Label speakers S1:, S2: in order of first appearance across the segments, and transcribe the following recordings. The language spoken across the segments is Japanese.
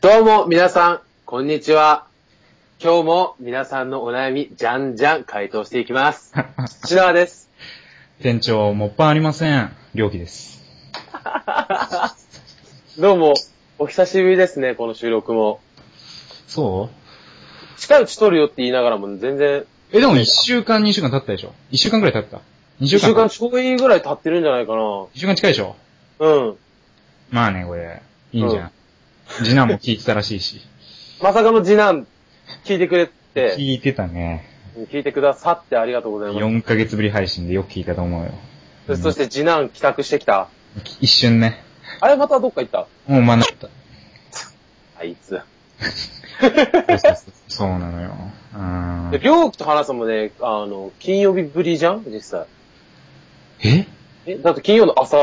S1: どうも皆さん、こんにちは。今日も皆さんのお悩み、じゃんじゃん回答していき ます。篠原です。
S2: 店長、もっぱんありません。料金です。
S1: どうも、お久しぶりですね、この収録も。
S2: そ
S1: 近いうち撮るよって言いながらも全然、
S2: うえ、でも一週間、二週間経ったでしょ一週間くらい経った二週
S1: 1
S2: 間
S1: 週間
S2: か。
S1: ちょいぐらい経ってるんじゃないかな。
S2: 一週間近いでしょ
S1: うん。
S2: まあね、これ。いいんじゃん。次男も聞いてたらしいし。
S1: まさかの次男、聞いてくれて、
S2: 聞いてたね。
S1: 聞いてくださってありがとうございま
S2: 4ヶ月ぶり配信でよく聞いたと思うよ。
S1: す。そして次男帰宅してきた。
S2: き一瞬ね。
S1: あれまたどっか行った
S2: もう学 った。
S1: あいつ。
S2: そうそうそうそうなのよ。うー
S1: で、
S2: ん。
S1: りょうきと話すもね、あの、金曜日ぶりじゃん実際。
S2: え
S1: え、だって金曜の朝、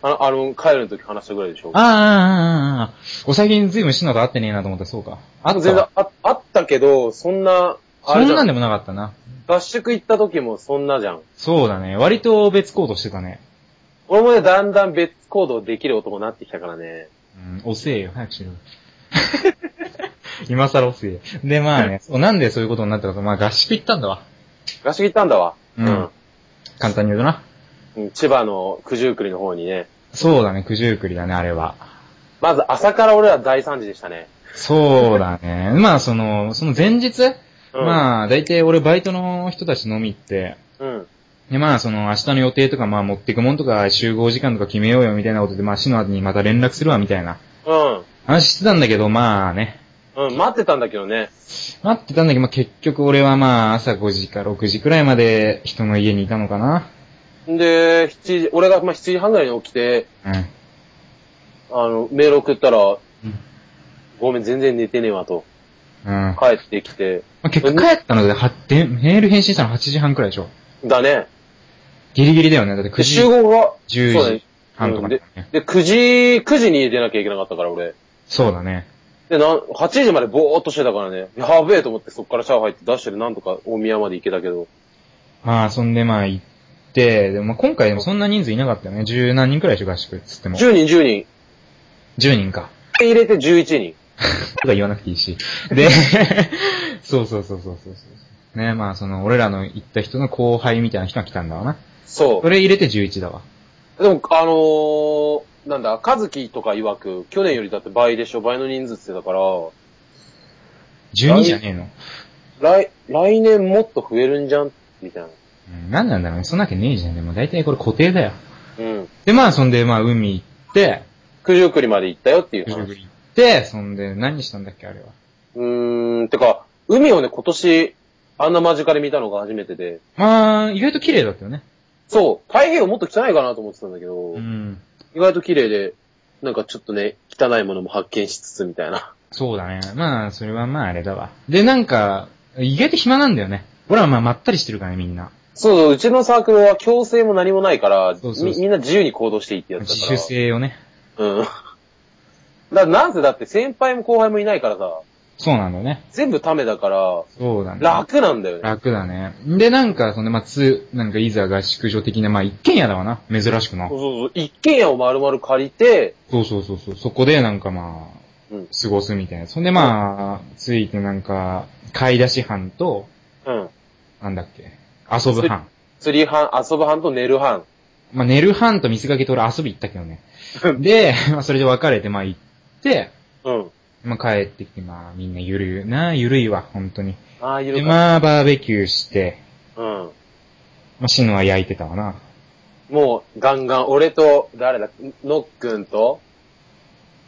S1: あの、あの帰る時話したぐらいでしょ
S2: ああ、ああ、ああ。お最近ずいぶんシナと会ってねえなと思って、そうか。あった
S1: 全然
S2: わ
S1: ああったけど、そんな、あ
S2: そ
S1: れ
S2: ん
S1: じ
S2: な
S1: ゃ
S2: ん
S1: ん。
S2: でもなかったな。
S1: 合宿行った時もそんなじゃん。
S2: そうだね。割と別行動してたね。
S1: 俺もね、だんだん別行動できる男になってきたからね。
S2: うん、遅えよ、早くしろ。今更遅えよ。で、ま あね、そうなんでそういうことになったかと、まあ合宿行ったんだわ。
S1: 合宿行ったんだわ。
S2: うん簡単に言うとな。
S1: うん。うん。千葉の九十九里の方にね。
S2: そうだね、九十九里だね、あれは。
S1: まず朝から俺ら大惨事でしたね。
S2: そうだね。 まあその、その前日、
S1: うん。
S2: まあ大体俺バイトの人たち飲み行って、
S1: うん。
S2: で、まあ、その、明日の予定とか、まあ、持ってくもんとか、集合時間とか決めようよ、みたいなことで、まあ、死の後にまた連絡するわ、みたいな
S1: うん。
S2: 話してたんだけど、まあね、
S1: うん。待ってたんだけどね。
S2: 待ってたんだけど、まあ、結局俺はまあ、朝5時か6時くらいまで人の家にいたのかな。
S1: で、7時、俺がまあ7時半ぐらいに起きて、
S2: うん。
S1: あの、メール送ったら、ごめん、全然寝てねえわと。
S2: うん。ま
S1: 帰ってきて、
S2: あ、結果帰ったので、はでメール返信したの8時半くらいでしょ。
S1: だね。
S2: ギリギリだよね。だって9
S1: で、
S2: 時
S1: 集合が、
S2: 10
S1: そうだね
S2: 時。半とかだよね。
S1: で、9時、9時に出なきゃいけなかったから、俺。
S2: そうだね。
S1: で、なん、8時までぼーっとしてたからね。やべえと思って、そっからシャワー入って出してる、なんとか大宮まで行けたけど。
S2: まあ、そんでまあ行って、でもまあ今回でもそんな人数いなかったよね。十何人くらいでしょ、合宿。つっても。
S1: 10人、10人。
S2: 10人か。
S1: で入れて11人。
S2: とか言わなくていいし。で、 そうそうそうそうそうそう。ね、まあその、俺らの行った人の後輩みたいな人が来たんだわな。
S1: そ
S2: それ入れて11だわ。
S1: う。でも、あのー、なんだ、和樹とか曰く、去年よりだって倍でしょ、倍の人数ってだから、
S2: 12じゃねえの。
S1: 来、来年もっと増えるんじゃんみたいな。
S2: うん何なんだろうね。そんなわけねえじゃん。でも大体これ固定だよ。
S1: うん。
S2: で、まあ、そんで、まあ、海行って、
S1: 九十九里まで行ったよっていう
S2: 九十九里
S1: 話。
S2: 行って、そんで、何したんだっけ、あれは。
S1: うーん、てか、海をね、今年、あんな間近で見たのが初めてで。
S2: まあ、意外と綺麗だったよね。
S1: そう、太平洋もっと汚いかなと思ってたんだけど、
S2: うん。
S1: 意外と綺麗で、なんかちょっとね、汚いものも発見しつつみたいな。
S2: そうだね。まあ、それはまあ、あれだわ。で、なんか、意外と暇なんだよね。俺はまあ、まったりしてるからね、みんな。
S1: そうそう、うちのサークルは強制も何もないから、
S2: そうそうそう
S1: みみんな自由に行動していいってやつだ
S2: 自
S1: から。
S2: 主性をね。
S1: うん。だ からなんせだって先輩も後輩もいないからさ、
S2: そうなんだよね。
S1: 全部ためだから、
S2: そうだね。
S1: 楽なんだよね。
S2: 楽だね。で、なんか、そんで、まあ、つ、なんか、いざ合宿所的な、まあ、一軒家だわな。珍しくな
S1: そう。そうそう、一軒家を丸々借りて、
S2: そうそうそうそう。そこで、なんかまあ、
S1: うん、
S2: 過ごすみたいな。そんでまあ、ついてなんか、買い出し班と、
S1: うん。
S2: なんだっけ、遊ぶ班。
S1: 釣り班、遊ぶ班と寝る班。
S2: まあ寝る班と見せかけて俺遊び行ったけどね。で、 まあそれで別れてまあ行って、
S1: うん。
S2: まあ帰ってきてまあみんなゆるいな、ゆるいわ、本当に。
S1: ああ、い
S2: で
S1: るか。
S2: まあバーベキューして、
S1: うん。
S2: まあシノは焼いてたわな。
S1: もう、ガンガン、俺と、誰だ、ノックンと、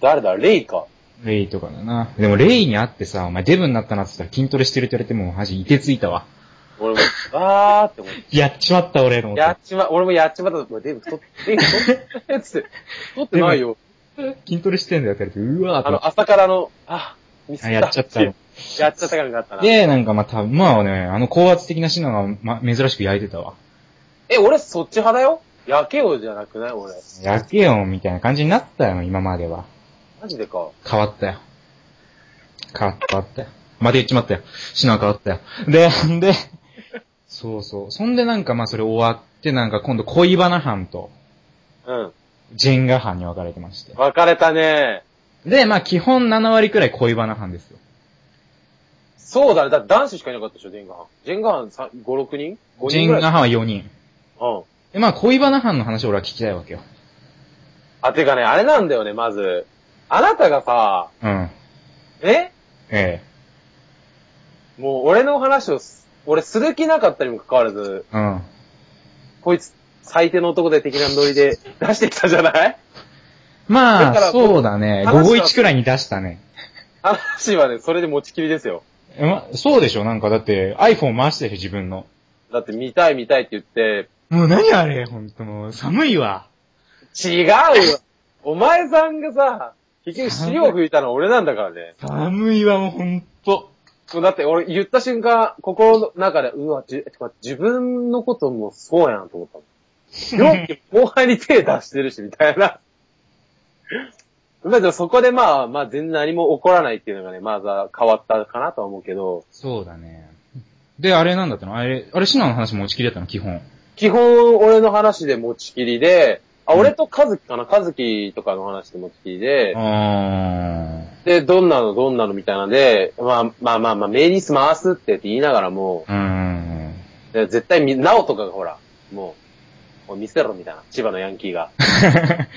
S1: 誰だ、レイか。
S2: レイとかだな。でもレイに会ってさ、お前デブになったなって言ったら筋トレしてるって言われてもうマジいてついたわ。
S1: 俺も、あーって思って。
S2: やっちまった俺と思って。
S1: やっちま、俺もやっちまった。うわデーブ太って、デーブ太って、つって、太ってないよ。
S2: 筋トレしてんだよって言われて、うわー
S1: あ
S2: と思っ
S1: の、朝からの、あ、ミス
S2: て。あやっちゃったよ。
S1: やっちゃった感があったな。
S2: で、なんかまた、まあね、あの高圧的なシナが、ま、珍しく焼いてたわ。
S1: え、俺そっち派だよやけよじゃなくない俺。
S2: 焼けよ、みたいな感じになったよ、今までは。
S1: マジでか。
S2: 変わったよ。変わった、変わったよ。また言っちまったよ。シナは変わったよ。で、んで、そうそう。そんでなんかまあそれ終わって、なんか今度恋バナ班と、
S1: うん。
S2: ジェンガ班に分かれてまして。
S1: 別れたね
S2: で、まあ基本7割くらい恋バナ班ですよ。
S1: そうだね。だって男子しかいなかったでしょ、ジェンガハン。ジェンガハンさ5、6人 ?5
S2: ジェ
S1: 人
S2: ン
S1: ぐらい。
S2: ガ班は4人。
S1: うん。
S2: で、まあ恋バナ班の話を俺は聞きたいわけよ。
S1: あ、てかね、あれなんだよね、まず。あなたがさ、
S2: うん。
S1: え
S2: え
S1: もう俺の話をす、俺する気なかったにも関わらず、
S2: え。うん。
S1: こいつ最低の男で的なノリで出してきたじゃない
S2: ま
S1: だか
S2: あ、
S1: ら
S2: そうだね。
S1: 話は
S2: 午後1くらいに出したね。
S1: 話はね、それで持ちきりですよ。
S2: えま、そうでしょなんかだって iPhone 回してるでしょ自分の。
S1: だって見たい見たいって言って、
S2: もう何あれほんともう寒いわ。
S1: 違うよお前さんがさ、結局尻を拭いたのは俺なんだからね。
S2: 寒いわもうほんと。
S1: もうだって俺言った瞬間、心の中で、うわ、じてか自分のこともそうやなと思ったの。よく後輩に手出してるし、みたいな。まあでもそこでまあ、まあ全然何も起こらないっていうのがね、まずは変わったかなとは思うけど、
S2: そうだね。で、あれなんだったのあれ、あれシナの話持ちきりだったの基本。
S1: 基本俺の話で持ちきりで、あ、俺と和樹かな和樹とかの話で持ちきりで、
S2: あ
S1: で、どんなのどんなのみたいなんで、まあまあまあまあ、メイリス回すってって言いながらも、
S2: ー。うー ん。
S1: で絶対み、なおとかがほら、もう、おい見せろみたいな、千葉のヤンキーが。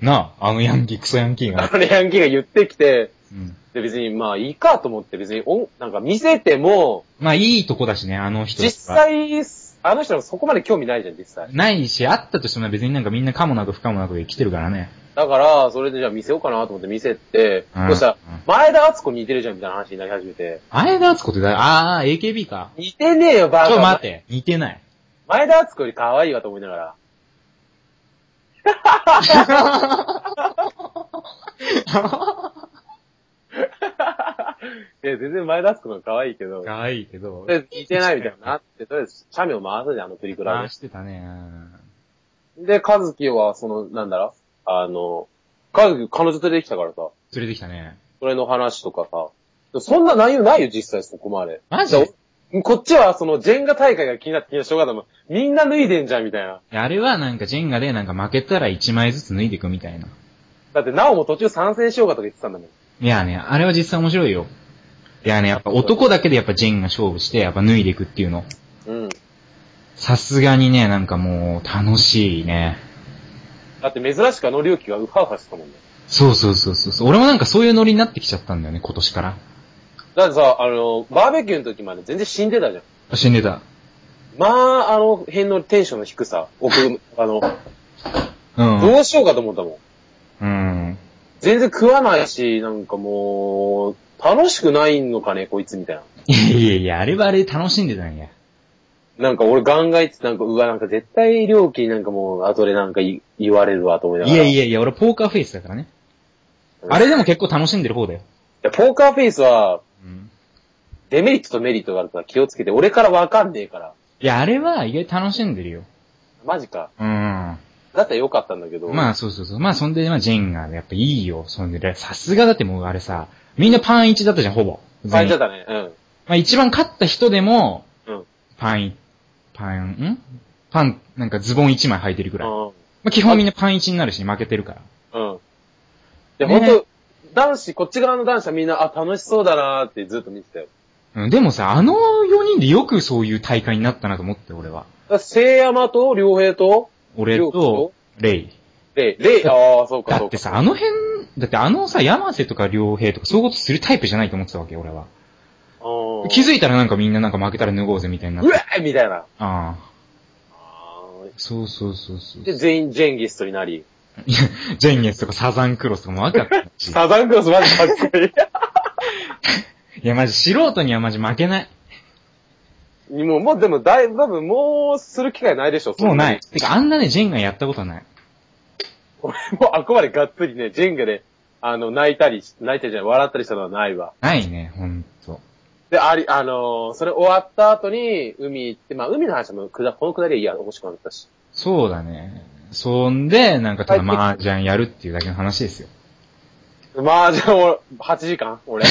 S2: なあ、あのヤンキー、クソヤンキーが。
S1: あのヤンキーが言ってきて、
S2: うん。
S1: で別にまあいいかと思って別にお、なんか見せても、
S2: まあ、いいとこだしね、あの人
S1: 実
S2: とか。
S1: 際、あの人もそこまで興味ないじゃん、実際。
S2: ないし、あったとしても別になんかみんなかもなく不可もなく生きてるからね。
S1: だから、それでじゃあ見せようかなと思って見せて、
S2: うん
S1: そしたら
S2: うん、
S1: 前田敦子似てるじゃんみたいな話になり始めて、
S2: あれだ敦子って誰あー、AKB か。
S1: 似てねえよ、バ
S2: ち
S1: ー
S2: ょ、待って。似て ない。
S1: 前田敦子より可愛いわと思いながら。いや、全然前田敦子の方が可愛いけど、
S2: 可愛いけど
S1: とりあえず似てないみたいになって、とりあえず、チャミを回すじゃん、あのプリクラ
S2: 回
S1: で。
S2: してたね。うん
S1: で、カズキは、その、なんだろう、あの、カズキ彼女と出てきたからさ、
S2: 連れてきたね。
S1: それの話とかさ、そんな内容ないよ、実際そこまで。
S2: マジ
S1: だからこっちは、その、ジェンガ大会が気になって気になってしょうがないもん。みんな脱いでんじゃん、みたいな。
S2: あれはなんかジェンガでなんか負けたら1枚ずつ脱いでいくみたいな。
S1: だって、なおも途中参戦しようかとか言ってたんだもん。
S2: いやね、あれは実際面白いよ。いやね、やっぱ男だけでやっぱジェンが勝負して、やっぱ脱いでいくっていうの。
S1: うん。
S2: さすがにね、なんかもう楽しいね。
S1: だって、珍しくあの隆起がウハウハしてたもんね。
S2: そうそうそうそうそう。俺もなんかそういうノリになってきちゃったんだよね、今年から。
S1: だってさ、あの、バーベキューの時まで全然死んでたじゃん。
S2: あ死んでた。
S1: まあ、あの辺のテンションの低さ、奥、あの、
S2: うん。
S1: どうしようかと思ったもん。
S2: うん。
S1: 全然食わないし、なんかもう、楽しくないのかね、こいつみたいな。
S2: いやいやいや、あれはあれで楽しんでたんや。
S1: なんか俺ガンガン言ってなんか、うわ、なんか絶対料金なんかもう、後でなんかい言われるわと思いないがら。
S2: やいやいや、俺ポーカーフェイスだからね。あれでも結構楽しんでる方だよ。
S1: でポーカーフェイスは、
S2: うん。
S1: デメリットとメリットがあるから気をつけて、俺からわかんねえから。
S2: いや、あれは意外と楽しんでるよ。
S1: マジか。
S2: うん。
S1: だったらよかったんだけど。
S2: ま
S1: あ。
S2: あそうそうそう。まあそんで、まあジェンガ、やっぱいいよ。そんで、さすがだってもうあれさ、みんなパン1だったじゃん、ほぼ。
S1: 変えちゃっ
S2: 全員
S1: たね。うん。
S2: まあ一番勝った人でも、
S1: うん。
S2: パン、パン、んパン、なんかズボン1枚履いてるくらい。ま
S1: う
S2: あ基本みんなパン1になるし、負けてるから。
S1: ん。うん。で、
S2: ね
S1: ほんと、男子、こっち側の男子はみんな、あ、楽しそうだなーってずっと見てたよ。
S2: うん、でもさ、あの4人でよくそういう大会になったなと思って、俺
S1: だ
S2: は。
S1: から聖山と良平と、
S2: 俺
S1: りょう
S2: と
S1: と、
S2: レイ。
S1: レイ、レイ、ああ、そうか、
S2: だ
S1: そう
S2: って
S1: か。
S2: さ、あの辺、だってあのさ、山瀬とか良平とかそういうことするタイプじゃないと思ってたわけ、俺は。
S1: うん
S2: 気づいたらなんかみんななんか負けたら脱ごうぜみたいになっ
S1: う
S2: て。
S1: わーみたいな。
S2: ああ。そうそうそうそう。
S1: で、全員ジェンギストになり。
S2: いやジェンゲスとかサザンクロスとかもわかったし。い
S1: サザンクロスマジかっこい
S2: や、マジ素人にはマジ負けない。
S1: い。 もう、もうでも、だいぶ、多分もうする機会ないでしょ、そ
S2: もうんな
S1: に
S2: い。。てか、あんなね、ジェンがやったことはない。
S1: 俺もあくまでがっつりね、ジェンガで、あの、泣いたりし、泣いたりじゃない、笑ったりしたのはないわ。
S2: ないね、ほんと。
S1: で、あり、あのーそれ終わった後に、海行って、まあ、海の話もくだ、このくだりはいいや、面白くなったし。
S2: そうだね。そんで、なんかただ麻雀やるっていうだけの話ですよ。
S1: まあ、じゃあ、俺、8時間俺。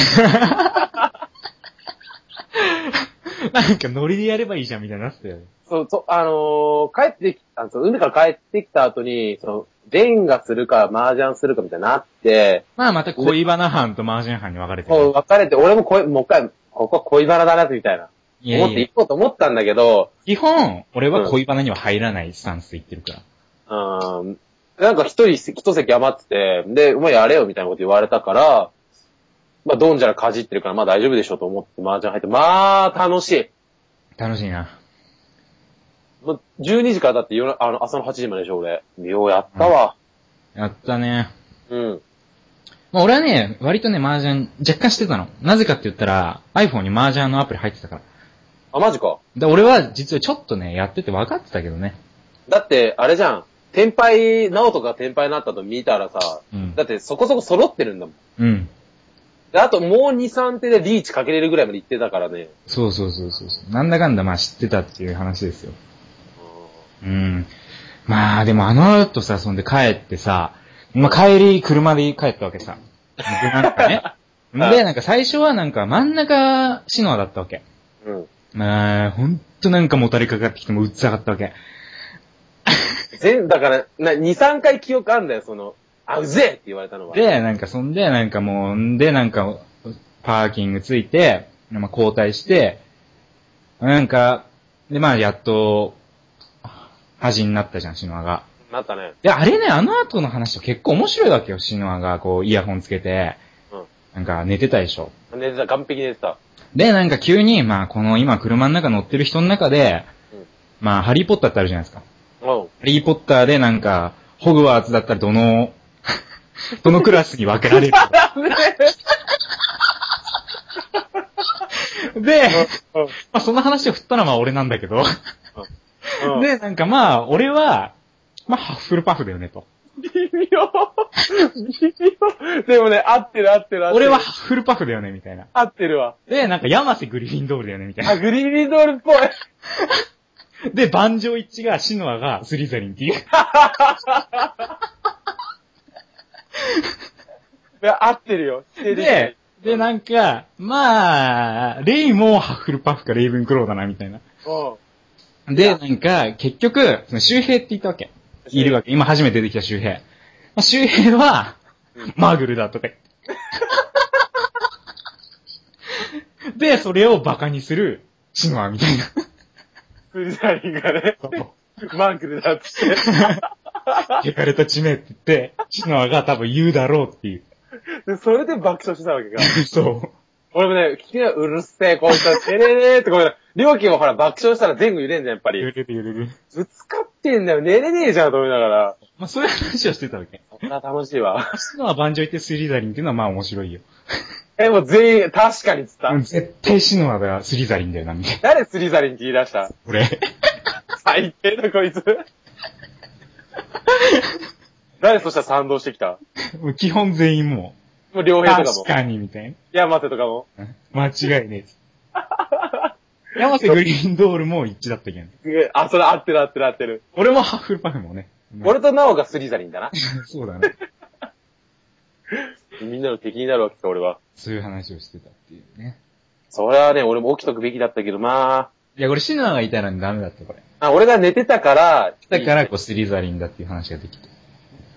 S2: なんかノリでやればいいじゃんみたいになってたよね。
S1: そう、そう、あのー帰ってき、あの、海から帰ってきた後に、その、レンガするか、麻雀するかみたいになって、
S2: まあまた恋バナ班と麻雀班に分かれて
S1: こう
S2: る。
S1: 別れて、俺も恋、もう一回、ここは恋バナだな、みたいな。
S2: いや
S1: 思っ
S2: い
S1: て
S2: や
S1: 行、こうと思ったんだけど、
S2: 基本、俺は恋バナには入らないスタンスで言ってるから。
S1: うーん、なんか一人席一席余ってて、で、お前やれよみたいなこと言われたから、まあ、ドンジャラかじってるから、まあ大丈夫でしょうと思って麻雀入って、まあ、楽しい。
S2: 楽しいな。
S1: もう12時からだって夜な、あの、朝の8時まででしょ、俺。ようやったわ。
S2: やったね。
S1: うん。
S2: まあ俺はね、割とね、麻雀若干してたの。なぜかって言ったら、iPhone に麻雀のアプリ入ってたから。
S1: あ、マジか。
S2: で、俺は実はちょっとね、やってて分かってたけどね。
S1: だって、あれじゃん。天敗、直人が天敗になったと見たらさ、
S2: うん
S1: だ。ってそこそこ揃ってるんだもん。
S2: うん。
S1: で、あともう2、3手でリーチかけれるぐらいまで行ってたからね。
S2: そうそうそうそうそう。なんだかんだまあ知ってたっていう話ですよ。うん。まあでもあの後さ、そんで帰ってさ、まあ帰り車で帰ったわけさ。で、なんかね。
S1: はい
S2: で、なんか最初はなんか真ん中シノアだったわけ。
S1: うん。うん。
S2: まあ、ほんとなんかもたれかかってきてもうっつらかったわけ。
S1: 全、だから、な、2、3回記憶あんだよ、その、あ、うぜえって言われたのは。
S2: で、なんかそんで、なんかもう、んで、なんか、パーキングついて、まあ、交代して、なんか、で、まあ、やっと、端になったじゃん、シノアが。
S1: なったね。
S2: で、あれね、あの後の話と結構面白いわけよ、シノアが、こう、イヤホンつけて、
S1: うん
S2: なんか寝てたでしょ。
S1: 寝てた、完璧に寝てた。
S2: で、なんか急に、まあ、この今車の中乗ってる人の中で、
S1: うん
S2: まあ、ハリーポッターってあるじゃないですか。
S1: うん。
S2: ハリーポッターでなんか、ホグワーツだったらどの、 どのクラスに分けられるか で、まあ、その話を振ったのはまあ俺なんだけど。
S1: うん、
S2: で、なんかまあ、俺は、まあ、ハッフルパフだよねと。
S1: 微妙微妙でもね、合ってる合ってる合ってる。
S2: 俺はハッフルパフだよね、みたいな。
S1: 合ってるわ。
S2: で、なんか山瀬グリフィンドールだよね、みたい
S1: あ、グリーンリードールっぽい。
S2: な。で、万丈一致が、シノアがスリザリンっていう。
S1: いや合ってるよ。否定きない
S2: で、で、なんか、まあ、レイもハッフルパフかレイブンクローだな、みたいな。
S1: うん。
S2: で、なんか、結局、その周平って言ったわけ。いるわけ。今初めて出てきた周平。まあ周平は
S1: うん、
S2: マーグルだったって。で、それをバカにする、シノアみたいな。
S1: フリザリンが ね、マンクルだって。
S2: 汚れた地名って言って、シノアが多分言うだろうってい
S1: でそれで爆笑してたわけか。
S2: う。そう。
S1: 俺もね、聞きながらうるせえ、こいつは、て れれーってこう、料金もほら爆笑したら前後揺れんじゃん、やっぱり。
S2: 揺れる揺れる。
S1: ぶつかってんだよ、寝れねえじゃん、と思いながら。
S2: まあそういう話をしてたわけ。
S1: そんな楽しいわ。
S2: シノア盤上行ってスリザリンっていうのはまあ面白いよ。
S1: え、もう全員、確かにっつった。
S2: 絶対シノアがスリザリンだよな、みたいな。
S1: 誰スリザリンって言い出した
S2: 俺。
S1: 最低だ、こいつ。 誰そしたら賛同してきた
S2: もう基本全員も
S1: もう両
S2: う、
S1: 平とか
S2: 確
S1: も。
S2: かに、みたいな。
S1: 山瀬とかも。
S2: 間違いねえ。 山瀬グリーンドールも一致だったけど。
S1: えあ、それ合ってる合ってる合ってる。
S2: 俺もハッフルパフもね。
S1: 俺とナオがスリザリンだな。
S2: そうだね。
S1: みんなの敵になるわけか、俺は。
S2: そういう話をしてたっていうね。
S1: それはね、俺も起きとくべきだったけど、ま
S2: いや、俺シノアがいたらダメだった、これ。
S1: あ、あ俺が寝てたから、
S2: だから、こう、スリザリンだっていう話ができて。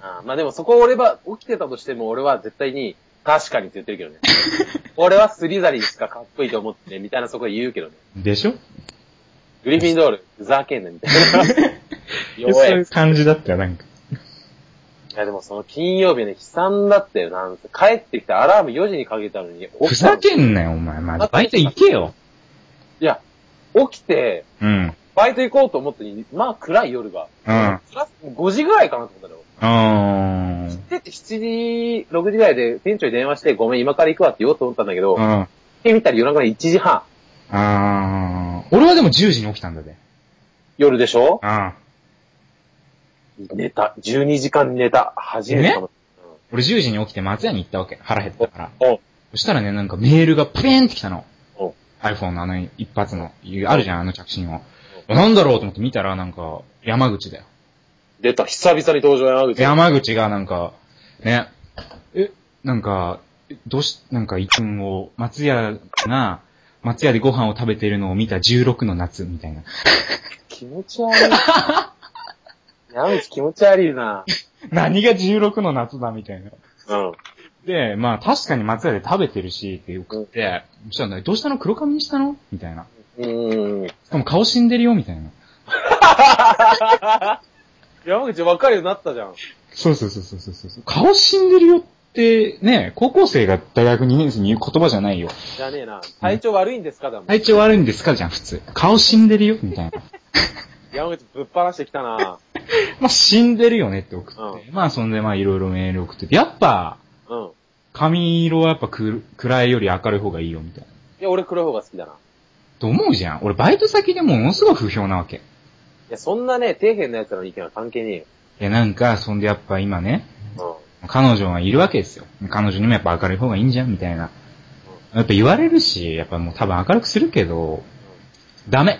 S1: あまあでもそこ俺は起きてたとしても俺は絶対に確かにって言ってるけど ね。俺はスリザリンしかかっこいいと思ってね、みたいなそこで言うけどね。
S2: でしょ
S1: グリフィンドール、ふざけんな、みたい な。
S2: そう
S1: 弱
S2: い
S1: い。
S2: う感じだったよ、なんか。
S1: いやでもその金曜日ね、悲惨だったよ、なんて。帰ってきてアラーム4時にかけたのに、
S2: ふざ
S1: い
S2: けんなよ、お前。まあ、バイト行けよ。
S1: や、起きて、
S2: うん。
S1: バイト行こうと思ったのに、まあ暗い夜が。
S2: うん。
S1: プラス5時ぐらいかなと思ったのよ。
S2: うーん。
S1: で、7時、6時ぐらいで店長に電話して、ごめん、今から行くわって言おうと思ったんだけど、
S2: う
S1: 行っ
S2: ん。
S1: てみたら夜中の1時半、
S2: あー。俺はでも10時に起きたんだぜ。
S1: 夜でしょ
S2: あー。
S1: 寝た。12時間寝た。初めてかも。
S2: 俺10時に起きて松屋に行ったわけ。腹減ったから。
S1: お、
S2: そしたらね、なんかメールがプレーンって来たの
S1: お。
S2: iPhone のあの一発の、あるじゃん、あの着信を。なんだろうと思って見たら、なんか、山口だよ。
S1: 出た。久々に登場山口。
S2: 山口がなんか、ね、え、なんか、えどうし、なんか、いつも、松屋が、松屋でご飯を食べてるのを見た16の夏みたいな。
S1: 気持ち悪い。山口気持ち悪いな。
S2: 何が16の夏だみたいな。
S1: うん。
S2: で、まあ確かに松屋で食べてるしって送って、そしたらね、どうしたの黒髪にしたのみたいな。
S1: うん。
S2: しかも顔死んでるよみたいな。
S1: 山口分かるようになったじゃん。
S2: そうそうそうそうそうそう。顔死んでるよって、ね、高校生が大学2年生に言う言葉じゃないよ。
S1: じゃねえな。体調悪いんですかだもん。
S2: 体調悪いんですかじゃん、普通。顔死んでるよみたいな。
S1: 山口ぶっ放してきたな。
S2: まあ死んでるよねって送って。まあそんでまあいろいろメール送ってて。やっぱ、
S1: うん。
S2: 髪色はやっぱく暗いより明るい方がいいよみたいな。
S1: いや、俺黒い方が好きだな。い
S2: と思うじゃん。俺バイト先でもものすごい不評なわけ。
S1: や、そんなね、底辺の奴らの意見は関係ね
S2: いやなんか、そんでやっぱ今ね、
S1: えよ。
S2: 彼女はいるわけですよ。彼女にもやっぱ明るい方がいいんじゃんみたいな。やっぱ言われるし、やっぱもう多分明るくするけど、ダメ。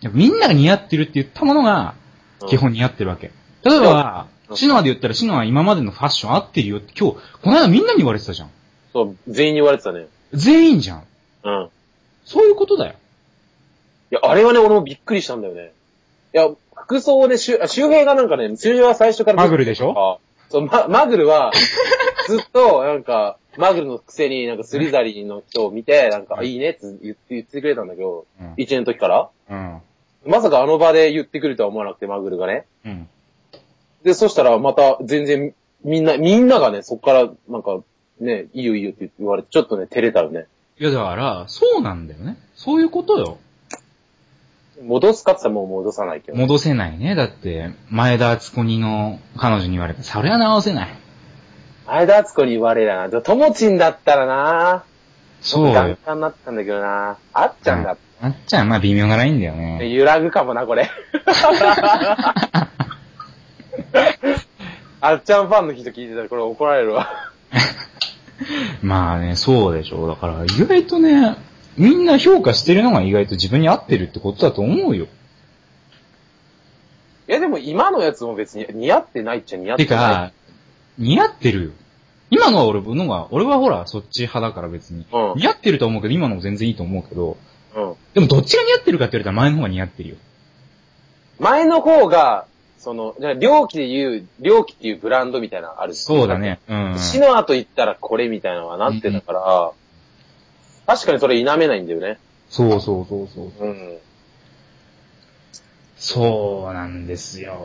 S2: やっぱみんなが似合ってるって言ったものが、
S1: うん。
S2: 基本似合ってるわけ。例えば
S1: う、ん
S2: シノアで言ったらシノアは今までのファッション合ってるよって今日、この間みんなに言われてたじゃん。
S1: そう、全員に言われてたね。
S2: 全員じゃん。
S1: うん。
S2: そういうことだよ。
S1: いや、あれはね、俺もびっくりしたんだよね。いや、服装をね、しゅあ周平がなんかね、周平は最初から。
S2: マグルでしょ
S1: あそう、ま、マグルは、 ずっと、なんか、マグルのくせに、なんかスリザリーの人を見て、なんか、あいいねって言って、言ってくれたんだけど、
S2: うん。
S1: 一年の時から
S2: うん。
S1: まさかあの場で言ってくるとは思わなくて、マグルがね。
S2: うん。
S1: で、そしたら、また、全然、みんな、みんながね、そっから、なんか、ね、いいよいいよって言われて、ちょっとね、照れたよね。
S2: いやだから、そうなんだよね。そういうことよ。
S1: 戻すかって言ったらもう戻さないけど。
S2: 戻せないね。だって、前田敦子にの彼女に言われた。それは直せない。
S1: 前田敦子に言われりゃな。でもともちんだったらな
S2: そう
S1: ガン
S2: よ。
S1: ガンになったんだけどなあっちゃんだっ
S2: あっちゃん、まあ微妙なラインだよ
S1: て、
S2: ね。
S1: 揺らぐかもな、 これ。あっちゃんファンの人聞いてたらこれ怒られるわ。
S2: まあね、そうでしょう。だから、意外とね、みんな評価してるのが意外と自分に合ってるってことだと思うよ。
S1: いやでも今のやつも別に似合ってないっちゃ似合っててな
S2: か、似合ってるよ。今のは俺のが、俺はほら、そっち派だから別に。
S1: うん
S2: 似合ってると思うけど、今のも全然いいと思うけど、
S1: い。うん。
S2: でもどっちが似合ってるかって言われたら前の方が似合ってるよ。
S1: 前の方が、その、じゃあ猟奇で言う、猟奇っていうブランドみたいなのあるじゃん
S2: そうだ。ね。うん。
S1: シノアと言ったらこれみたいなのがなってたから、確かにそれ否めないんだよね。
S2: そうそうそうそう。
S1: うん。
S2: そうなんですよ。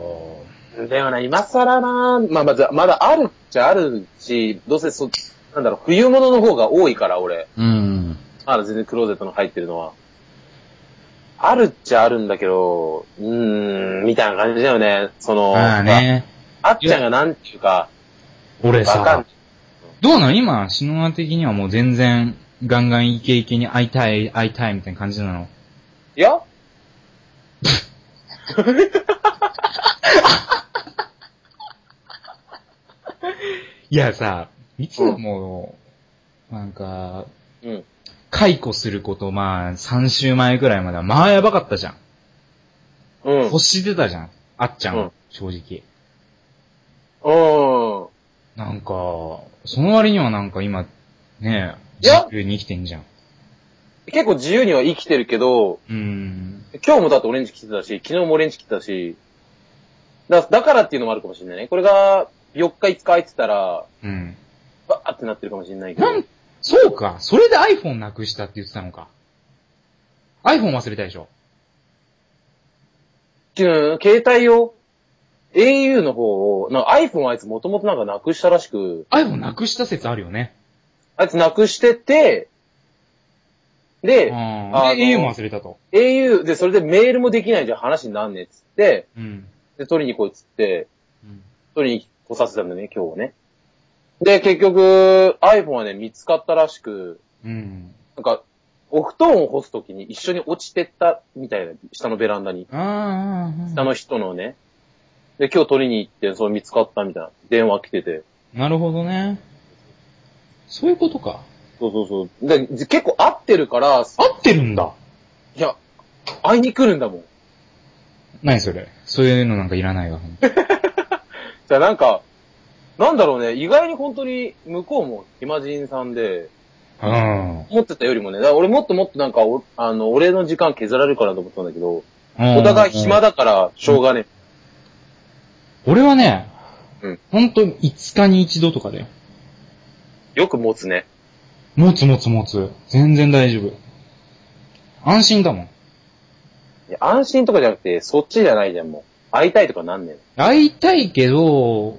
S1: だよな、今更な、まあ、まだ、まだあるっちゃあるし、どうせそ、なんだろう、冬物の方が多いから、俺。
S2: うん。
S1: まだ全然クローゼットの入ってるのは。あるっちゃあるんだけど、うーん、みたいな感じだよね。その、
S2: まあね。
S1: あっちゃんがなんていうか、
S2: 俺
S1: わか
S2: さ
S1: ん、
S2: どうなの今、シノア的にはもう全然、ガンガンイケイケに会いたい、会いたいみたいな感じなの
S1: いや
S2: いやさ、いつももう、なんか、
S1: うん。
S2: 解雇すること、まあ、3週前ぐらいまでは、まあやばかったじゃん。
S1: うん。うん
S2: 欲。してたじゃん。あっちゃん、
S1: うん
S2: 正直。
S1: い
S2: なんか、その割にはなんか今、ね
S1: いや
S2: 自由に生きてんじゃん。
S1: 結構自由には生きてるけど、
S2: うーん。
S1: 今日もだってオレンジ着てたし、昨日もオレンジ着てたし、だだからっていうのもあるかもしれないね。これが4日5日空いてたら、
S2: うん。
S1: バーってなってるかもしれないけど。
S2: なん、そうか。それで iPhone なくしたって言ってたのか。iPhone 忘れたでしょ。
S1: うん携帯を、au の方を、なんか iPhone あいつもともとなんかなくしたらしく、
S2: iPhone なくした説あるよね。
S1: あいつなくしてて、で
S2: う、ん。
S1: あの
S2: で、au も忘れたと。
S1: au でそれでメールもできないじゃん話になんねえっつって、
S2: うん。
S1: で、取りに来いっつって、
S2: うん
S1: 取りに来させたんだね、今日はね。で、結局、iPhone はね、見つかったらしく、
S2: うん。
S1: なんか、お布団を干すときに一緒に落ちてったみたいな、下のベランダに。
S2: あーあー
S1: 下
S2: あー、
S1: の人のね。で、今日取りに行って、その見つかったみたいな。電話来てて。
S2: なるほどね。そういうことか。
S1: そうそうそう。で、結構会ってるから、あ
S2: 合ってるんだ。
S1: いや、会いに来るんだもん。
S2: 何それ。そういうのなんかいらないわ。
S1: じゃあなんか、なんだろうね、意外に本当に向こうも暇人さんで、
S2: うん。
S1: 思ってたよりもね、だから俺もっともっとなんかお、あの、俺の時間削られるかなと思ったんだけど、お
S2: お
S1: 互い暇だから、しょうがね
S2: 俺はね、
S1: うん
S2: ほんと5日に一度とかだよ。
S1: よく持つね。
S2: 持つ持つ持つ。全然大丈夫。安心だもん。
S1: いや、安心とかじゃなくて、そっちじゃないじゃん、もう。会いたいとかなんね
S2: 会いたいけど、う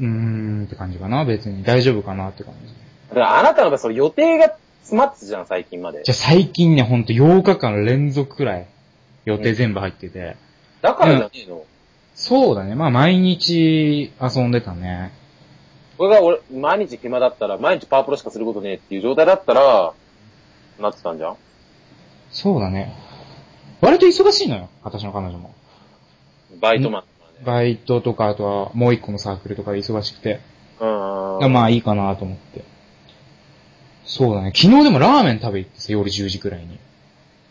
S2: ーんって感じかな、別に。大丈夫かなって感じ。
S1: えの。だからあなたの場合その予定が詰まってたじゃん、最近まで
S2: じ。ゃあ最近ね、ほんと8日間連続くらい予定全部入ってて。
S1: だからじゃねえの。
S2: そうだね、まあ毎日遊んでたね。
S1: これが俺、毎日暇だったら、毎日パワープロしかすることねえっていう状態だったら、なってたんじゃん
S2: そうだね。割と忙しいのよ、私の彼女も。
S1: バイトマンとかね。
S2: バイトとか、あとはもう一個のサークルとかで忙しくて。
S1: うん。
S2: まあいいかなと思って。そうだね。昨日でもラーメン食べ行ってさ、夜10時くらいに。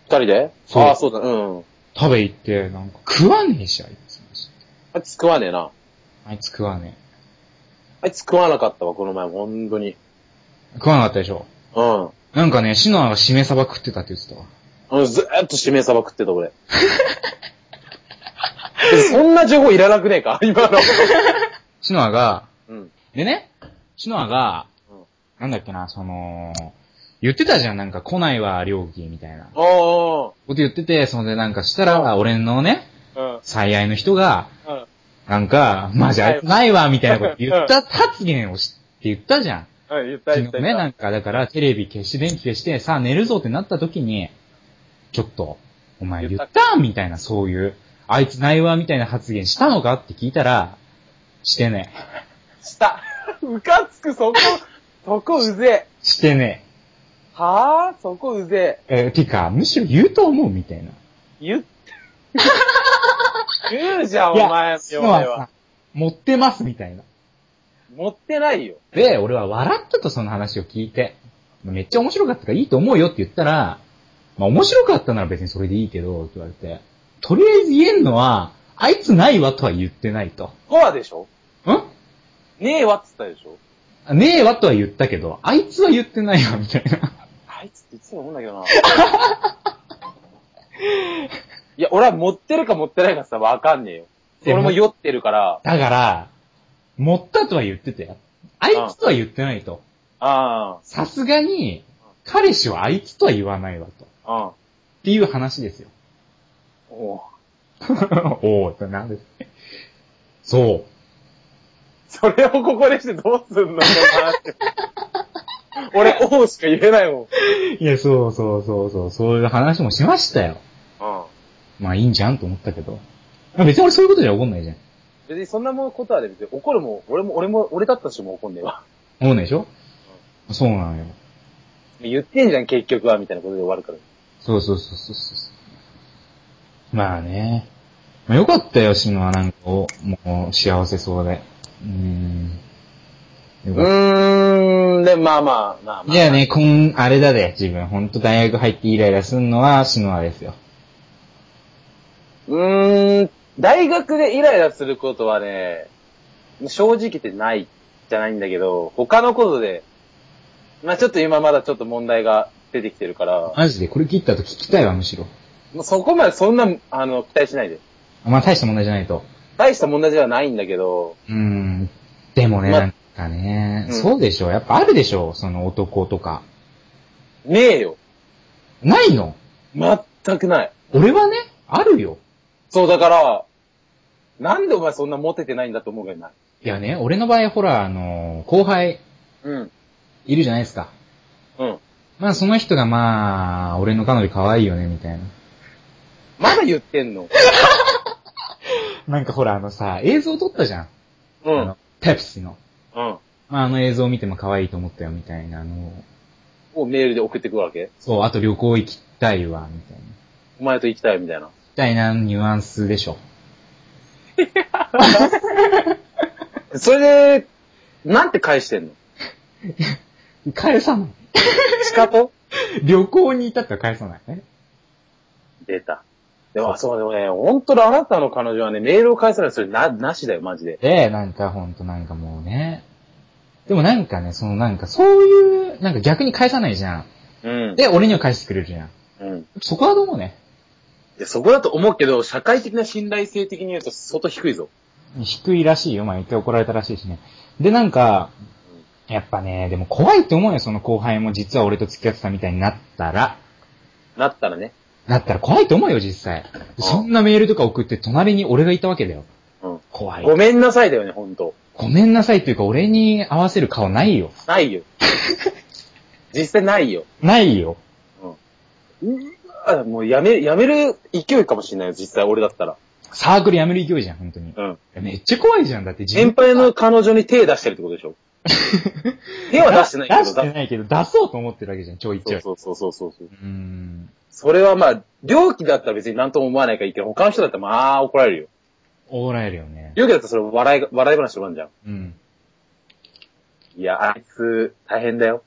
S1: 二人で
S2: そう
S1: ああ、そうだ、うん。
S2: 食べ行って、なんか食わねえし、あいつ。
S1: あいつ食わねえな。
S2: あいつ食わねえ。
S1: あいつ食わなかったわ、この前、本当に。
S2: 食わなかったでしょ。
S1: うん。
S2: なんかね、シノアがしめ鯖食ってたって言ってたわ。
S1: うんずーっとしめ鯖食ってた、俺。 でそんな情報いらなくねえか 今の。
S2: シノアが、
S1: うん。
S2: でね、シノアが
S1: うん、
S2: なんだっけな、その、言ってたじゃん、なんか来ないわ、料金みたいな。こ
S1: あ
S2: と言ってて、そんでなんかしたら、俺のね、
S1: あ。うん。
S2: 最愛の人が、
S1: うん。
S2: なんか、マジあいつないわ、みたいなこと言った発言をし、って言ったじゃん。
S1: うん、言った
S2: 昨
S1: 言っ
S2: 日
S1: た。
S2: ね、なんかだからテレビ消して電気消して、さあ寝るぞってなった時に、ちょっと、お前言ったみたいなそういう、あいつないわみたいな発言したのかって聞いたら、してねえ。
S1: した。 うかつく、そこ、そこうぜえ。
S2: してね
S1: はぁそこうぜ
S2: え。えーてか、むしろ言うと思うみたいな。
S1: え。 言って。言うじゃん、
S2: いや
S1: お前の
S2: そう
S1: 嫁は
S2: さ。、持ってますみたいな。
S1: 持ってないよ。
S2: で、俺は笑ったとその話を聞いて、めっちゃ面白かったからいいと思うよって言ったら、まあ面白かったなら別にそれでいいけど、って言われて、とりあえず言えんのは、あいつないわとは言ってないと。
S1: コアでしょ
S2: ん
S1: ねえわっつったでしょ
S2: ねえわとは言ったけど、あいつは言ってないわ、みたいな。
S1: あいつっていつも思うんだけどな。 いや、俺は持ってるか持ってないかさ、わかんねえよ。
S2: いや
S1: 俺も酔ってるから、
S2: だから、持ったとは言ってたよ。あいつとは言ってないと。
S1: あ
S2: さすがに、彼氏はあいつとは言わないわと。っ
S1: あ、
S2: ていう話ですよ。
S1: うん。おう
S2: おおってなんですね。そう。
S1: それをここでしてどうすんの 俺、おうしか言えないもん。うん。
S2: いや、そうそうそうそう、そういう話もしましたよ。まあいいんじゃんと思ったけど。まあ別に俺そういうことじゃ怒んないじゃん。
S1: 別にそんなもんことはね、別に怒るもん、俺も、俺も、俺だったとしても怒んねえわ。
S2: 思んないでしょそうなのよ。
S1: 言ってんじゃん、結局は、みたいなことで終わるから。
S2: そうそうそうそうそうそう。まあね。まあよかったよ、シノはなんかお、もう幸せそうで。うーん。よかっ
S1: うーん、で、まあまあ、まあ
S2: た。じゃあ。ね、こん、あれだで、自分。ほんと大学入ってイライラすんのはシノアですよ。
S1: うーん、大学でイライラすることはね、正直言ってないじゃないんだけど、他のことで、まあちょっと今まだちょっと問題が出てきてるから、
S2: マジでこれ切った後聞きたいわ、むしろ。
S1: もうそこまでそんな、あの、期待しないで。
S2: まあ大した問題じゃないと。
S1: 大した問題ではないんだけど、
S2: うーん。でもね、
S1: ま
S2: なんかね、
S1: うん
S2: そうでしょ。やっぱあるでしょ、その男とか。
S1: ねえよ。
S2: ないの
S1: 全くない。
S2: 俺はね、あるよ。
S1: そう、だから、なんでお前そんなモテてないんだと思うけどない。
S2: いやね、俺の場合、ほら、あの、後輩、
S1: うん。
S2: いるじゃないですか。
S1: うん。
S2: まあ、その人がまあ、俺の彼女可愛いよね、みたいな。
S1: まだ言ってんの
S2: なんかほら、あのさ、映像撮ったじゃん。
S1: う
S2: あ
S1: ん
S2: の。ペプシの。
S1: うん。
S2: まあ、あの映像を見ても可愛いと思ったよ、みたいな。あの、
S1: をメールで送ってくるわけ
S2: そう、あと旅行行きたいわ、みたいな。
S1: お前と行きたいみたいな。
S2: みたいなニュアンスでしょ。
S1: それで、なんて返 してんの
S2: 返さない。
S1: しかと
S2: 旅行に至ったら返さない。え
S1: 出た。でも、あそうでもね、本当にあなたの彼女はね、メールを返さないそれな、なしだよ、マジで。
S2: で、なんかほんとなんかもうね。でもなんかね、そのなんかそういう、なんか逆に返さないじゃん。
S1: うん。
S2: で、俺には返してくれるじゃん。
S1: うん。
S2: そこはどうもね。
S1: いや、そこだと思うけど、社会的な信頼性的に言うと相当低いぞ。
S2: 低いらしいよ。まあ、一回怒られたらしいしね。で、なんか、やっぱね、でも怖いって思うよ。その後輩も実は俺と付き合ってたみたいになったら。
S1: なったらね。
S2: なったら怖いと思うよ、実際。そんなメールとか送って隣に俺がいたわけだよ。
S1: うん
S2: 怖い。
S1: ごめんなさいだよね、ほんと。
S2: ごめんなさいっていうか、俺に合わせる顔ないよ。
S1: ない よ。実際ないよ。
S2: ないよ。
S1: うわもうやめ、やめる勢いかもしれないよ、実際俺だったら。
S2: サークルやめる勢いじゃん、本当に。
S1: うん。
S2: めっちゃ怖いじゃん、だって自
S1: 先
S2: 分
S1: 輩の彼女に手出してるってことでし ょ手は出してないけ
S2: 出
S1: ど、
S2: してないけど、出そうと思ってるわけじゃん、ちょいちょ
S1: 出
S2: い。
S1: そうそうそうそうそう。
S2: うーん。
S1: それはまあ、猟奇だったら別に何とも思わないからいいけど、他の人だったらまあ怒られるよ。
S2: おらえるよね。
S1: 猟奇だったらそれ笑いが、笑い話とかあるじゃん。
S2: うん。
S1: いや、あいつ、大変だよ。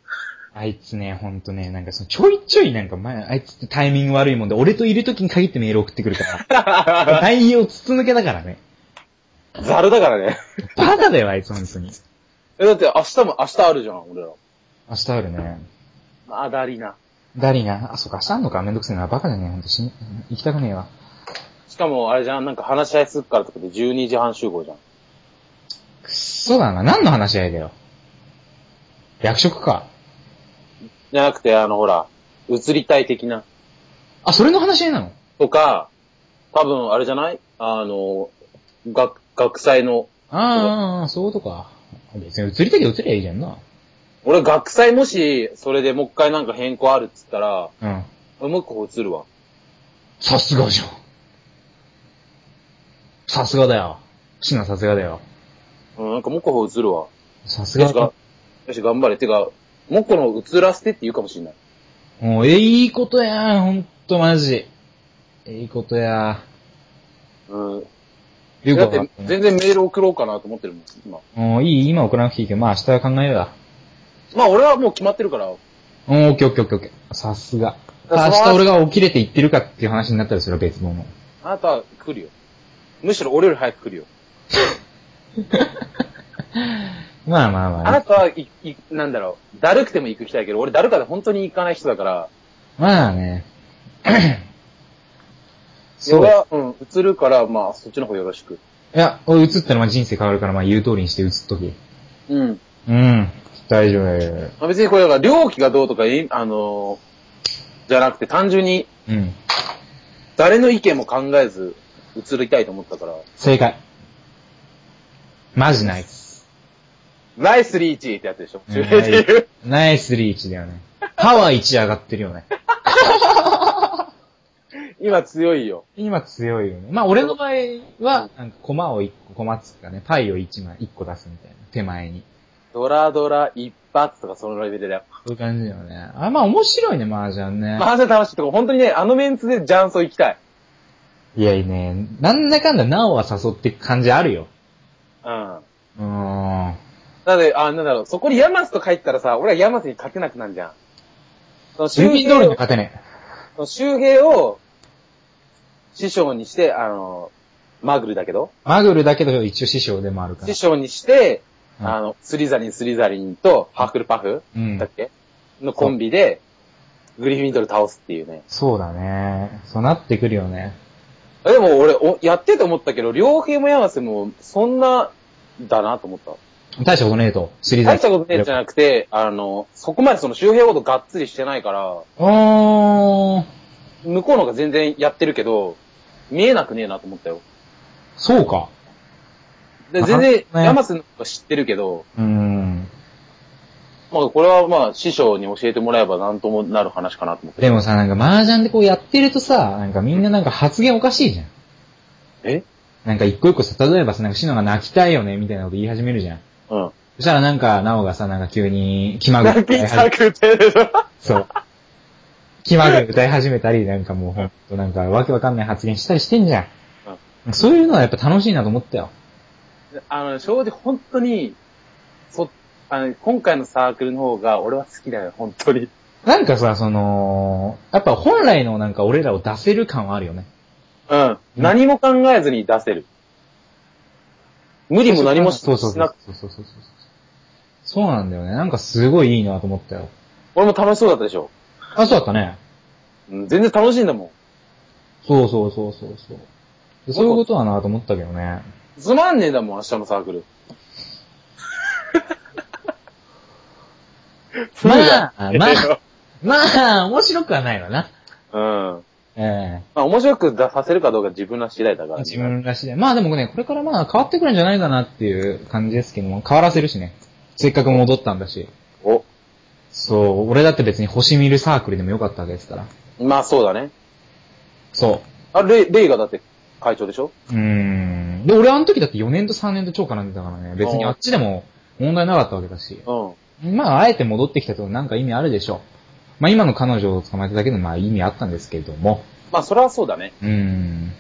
S2: あいつね、ほんとね、なんかその、ちょいちょいなんか前、あいつってタイミング悪いもんで、俺といる時に限ってメール送ってく るから。内容筒抜けだからね。
S1: ザルだからね。
S2: バカだよ、あいつ、ほんとに。
S1: え、だって明日も、明日あるじゃん、俺ら。
S2: 明日あるね。
S1: まあ、だりな。
S2: ダリな。あ、そうか、明日あんのか。めんどくせえな。バカだね、ほんと。しん、行きたくねえわ。
S1: しかも、あれじゃん、なんか話し合いするからとかで12時半集合じゃん。
S2: くっそだな。何の話し合いだよ。役職か。
S1: じゃなくて、あの、ほら、移りたい的な。
S2: あ、それの話し合いなの
S1: とか、多分、あれじゃないあの、学、学祭の、
S2: あーあー、そういうことか。別に映りたけ映りゃいいじゃんな。
S1: 俺学祭もし、それでもう一回なんか変更あるっつったら、
S2: うん。
S1: 俺もう一個移るわ。
S2: さすがじゃん。さすがだよ。シナさすがだよ。
S1: うん、なんかもう一個移るわ。
S2: さす
S1: よ
S2: が
S1: し、が
S2: だ。
S1: よし、頑張れ。てか、もう一個の移らせてって言うかもしんない。
S2: もう、え、いいことやん。ほんと、マジ。え、いいことや。
S1: うん。
S2: ゆう
S1: だ
S2: こ
S1: っ
S2: は
S1: て、全然メール送ろうかなと思ってるもん、今。
S2: もういい今送らなくていいけど、まあ明日は考えようだ。
S1: まあ、俺はもう決まってるから、
S2: うん、オッケーオッケーオッケーオッケー。さすが。
S1: だから
S2: 明
S1: その
S2: 日俺が起きれて行ってるかっていう話になったりする別物の。
S1: あなたは来るよ。むしろ俺より早く来るよ。
S2: まあまあま
S1: あ
S2: あ、
S1: なたはい、い、なんだろう、だるくても行く人だけど、俺だるかで本当に行かない人だから、
S2: ま あね。そ。
S1: そうは、うん、映るから、まあ、そっちの方よろしく。
S2: いや、俺映ったらまあ人生変わるからまあ言う通りにして映っとき。
S1: うん。
S2: うん。大丈夫だよ。
S1: まあ、別にこれが、料金がどうとか、いあのーじゃなくて、単純に、
S2: うん。
S1: 誰の意見も考えず、映りたいと思ったから、
S2: 正解。マジナイス。
S1: ナイスリーチってやつでしょ。
S2: うん
S1: 中継で言う。
S2: ナイスリーチだよね。パワー1上がってるよね。
S1: 今強いよ。
S2: 今強いよね。まあ俺の場合は、なんかコマを1個、コマっつうかね、パイを1枚、1個出すみたいな。手前に。
S1: ドラドラ一発とかそのレベルだよ。
S2: そういう感じだよね。あ、まあ面白いね、麻雀ね。
S1: マジで楽しいとか、本当にね、あのメンツでジャンソ行きたい。
S2: いやいやね、なんだかんだなおは誘ってく感じあるよ。
S1: うん。
S2: うーん。
S1: だって、あ、なんだろう、そこにヤマスと書いてたらさ、俺はヤマスに勝てなくなるじゃん。その周
S2: 郵便通り
S1: 平
S2: の
S1: を、
S2: 勝てね
S1: その周平を、師匠にして、あの、マグルだけど、
S2: え。マグルだけど一応師匠でもあるから
S1: 師。匠にして、
S2: うん
S1: あの、スリザリン、スリザリンと、ハッフルパフ
S2: うん
S1: だっ。け、のコンビで、グリフィンドル倒すっていうね。
S2: そうだね。そうなってくるよね。
S1: でも俺、おやってて思ったけど、両平もヤマスも、そんな、だなと思った。
S2: 大したことねえと。シリーズ。
S1: 大したことねえじゃなくて、あの、そこまでその周平ほどがっつりしてないから、
S2: おー。
S1: 向こうの方が全然やってるけど、見えなくねえなと思ったよ。
S2: そうか。
S1: で
S2: あ
S1: 全然、
S2: ね
S1: 山瀬の方が知ってるけど、
S2: うーん。
S1: まあこれはまあ師匠に教えてもらえばなんともなる話かなと思って。
S2: でもさ、なんか麻雀でこうやってるとさ、なんかみんななんか発言おかしいじゃん。
S1: え
S2: なんか一個一個さ、例えばさ、なんかシノが泣きたいよね、みたいなこと言い始めるじゃん。
S1: うん。
S2: そしたらなんか、ナオがさ、なんか急に気まぐれ
S1: 泣
S2: 歌
S1: き
S2: い
S1: た
S2: 始め、
S1: くてでしょ
S2: そう。気まぐれ歌い始めたり、なんかもうほんとなんかわけわかんない発言したりしてんじゃん。そういうのはやっぱ楽しいなと思ったよ。
S1: あの、正直本当に、そ、あの、今回のサークルの方が俺は好きだよ、本当に。
S2: なんかさ、その、やっぱ本来のなんか俺らを出せる感はあるよね。
S1: うん。何も考えずに出せる。無理も何もし
S2: そうそう
S1: し
S2: そ
S1: なく
S2: う。そうそうそうそう。そうなんだよね。なんかすごいいいなと思ったよ。
S1: 俺も楽しそうだったでしょ。
S2: あ、そうだったね。
S1: うん、全然楽しいんだもん。
S2: そうそうそうそうそう。でそういうことだなと思ったけどね。
S1: つまんねえだもん、明日のサーク ル。
S2: ま
S1: だ
S2: あ、まあ、まあ、面白くはないわな。
S1: うん。
S2: え
S1: まあ、面白く出させるかどうか自分ら次第だか
S2: え
S1: ら。
S2: 自分らしいで。まあでもね、これからまあ変わってくるんじゃないかなっていう感じですけども、変わらせるしね。せっかく戻ったんだし。
S1: お。
S2: そう、俺だって別に星見るサークルでもよかったわけですから。
S1: まあ、そうだね。
S2: そ
S1: あ、レイ、レイがだって会長でしょ
S2: う。うーん。で、俺あの時だって4年と3年と超絡んでたからね、別にあっちでも問題なかったわけだし。
S1: うん。
S2: まあ、あえて戻ってきたとなんか意味あるでしょう。まあ今の彼女を捕まえただけでもまあ意味あったんですけれども。
S1: まあ、それはそうだね。
S2: うーん。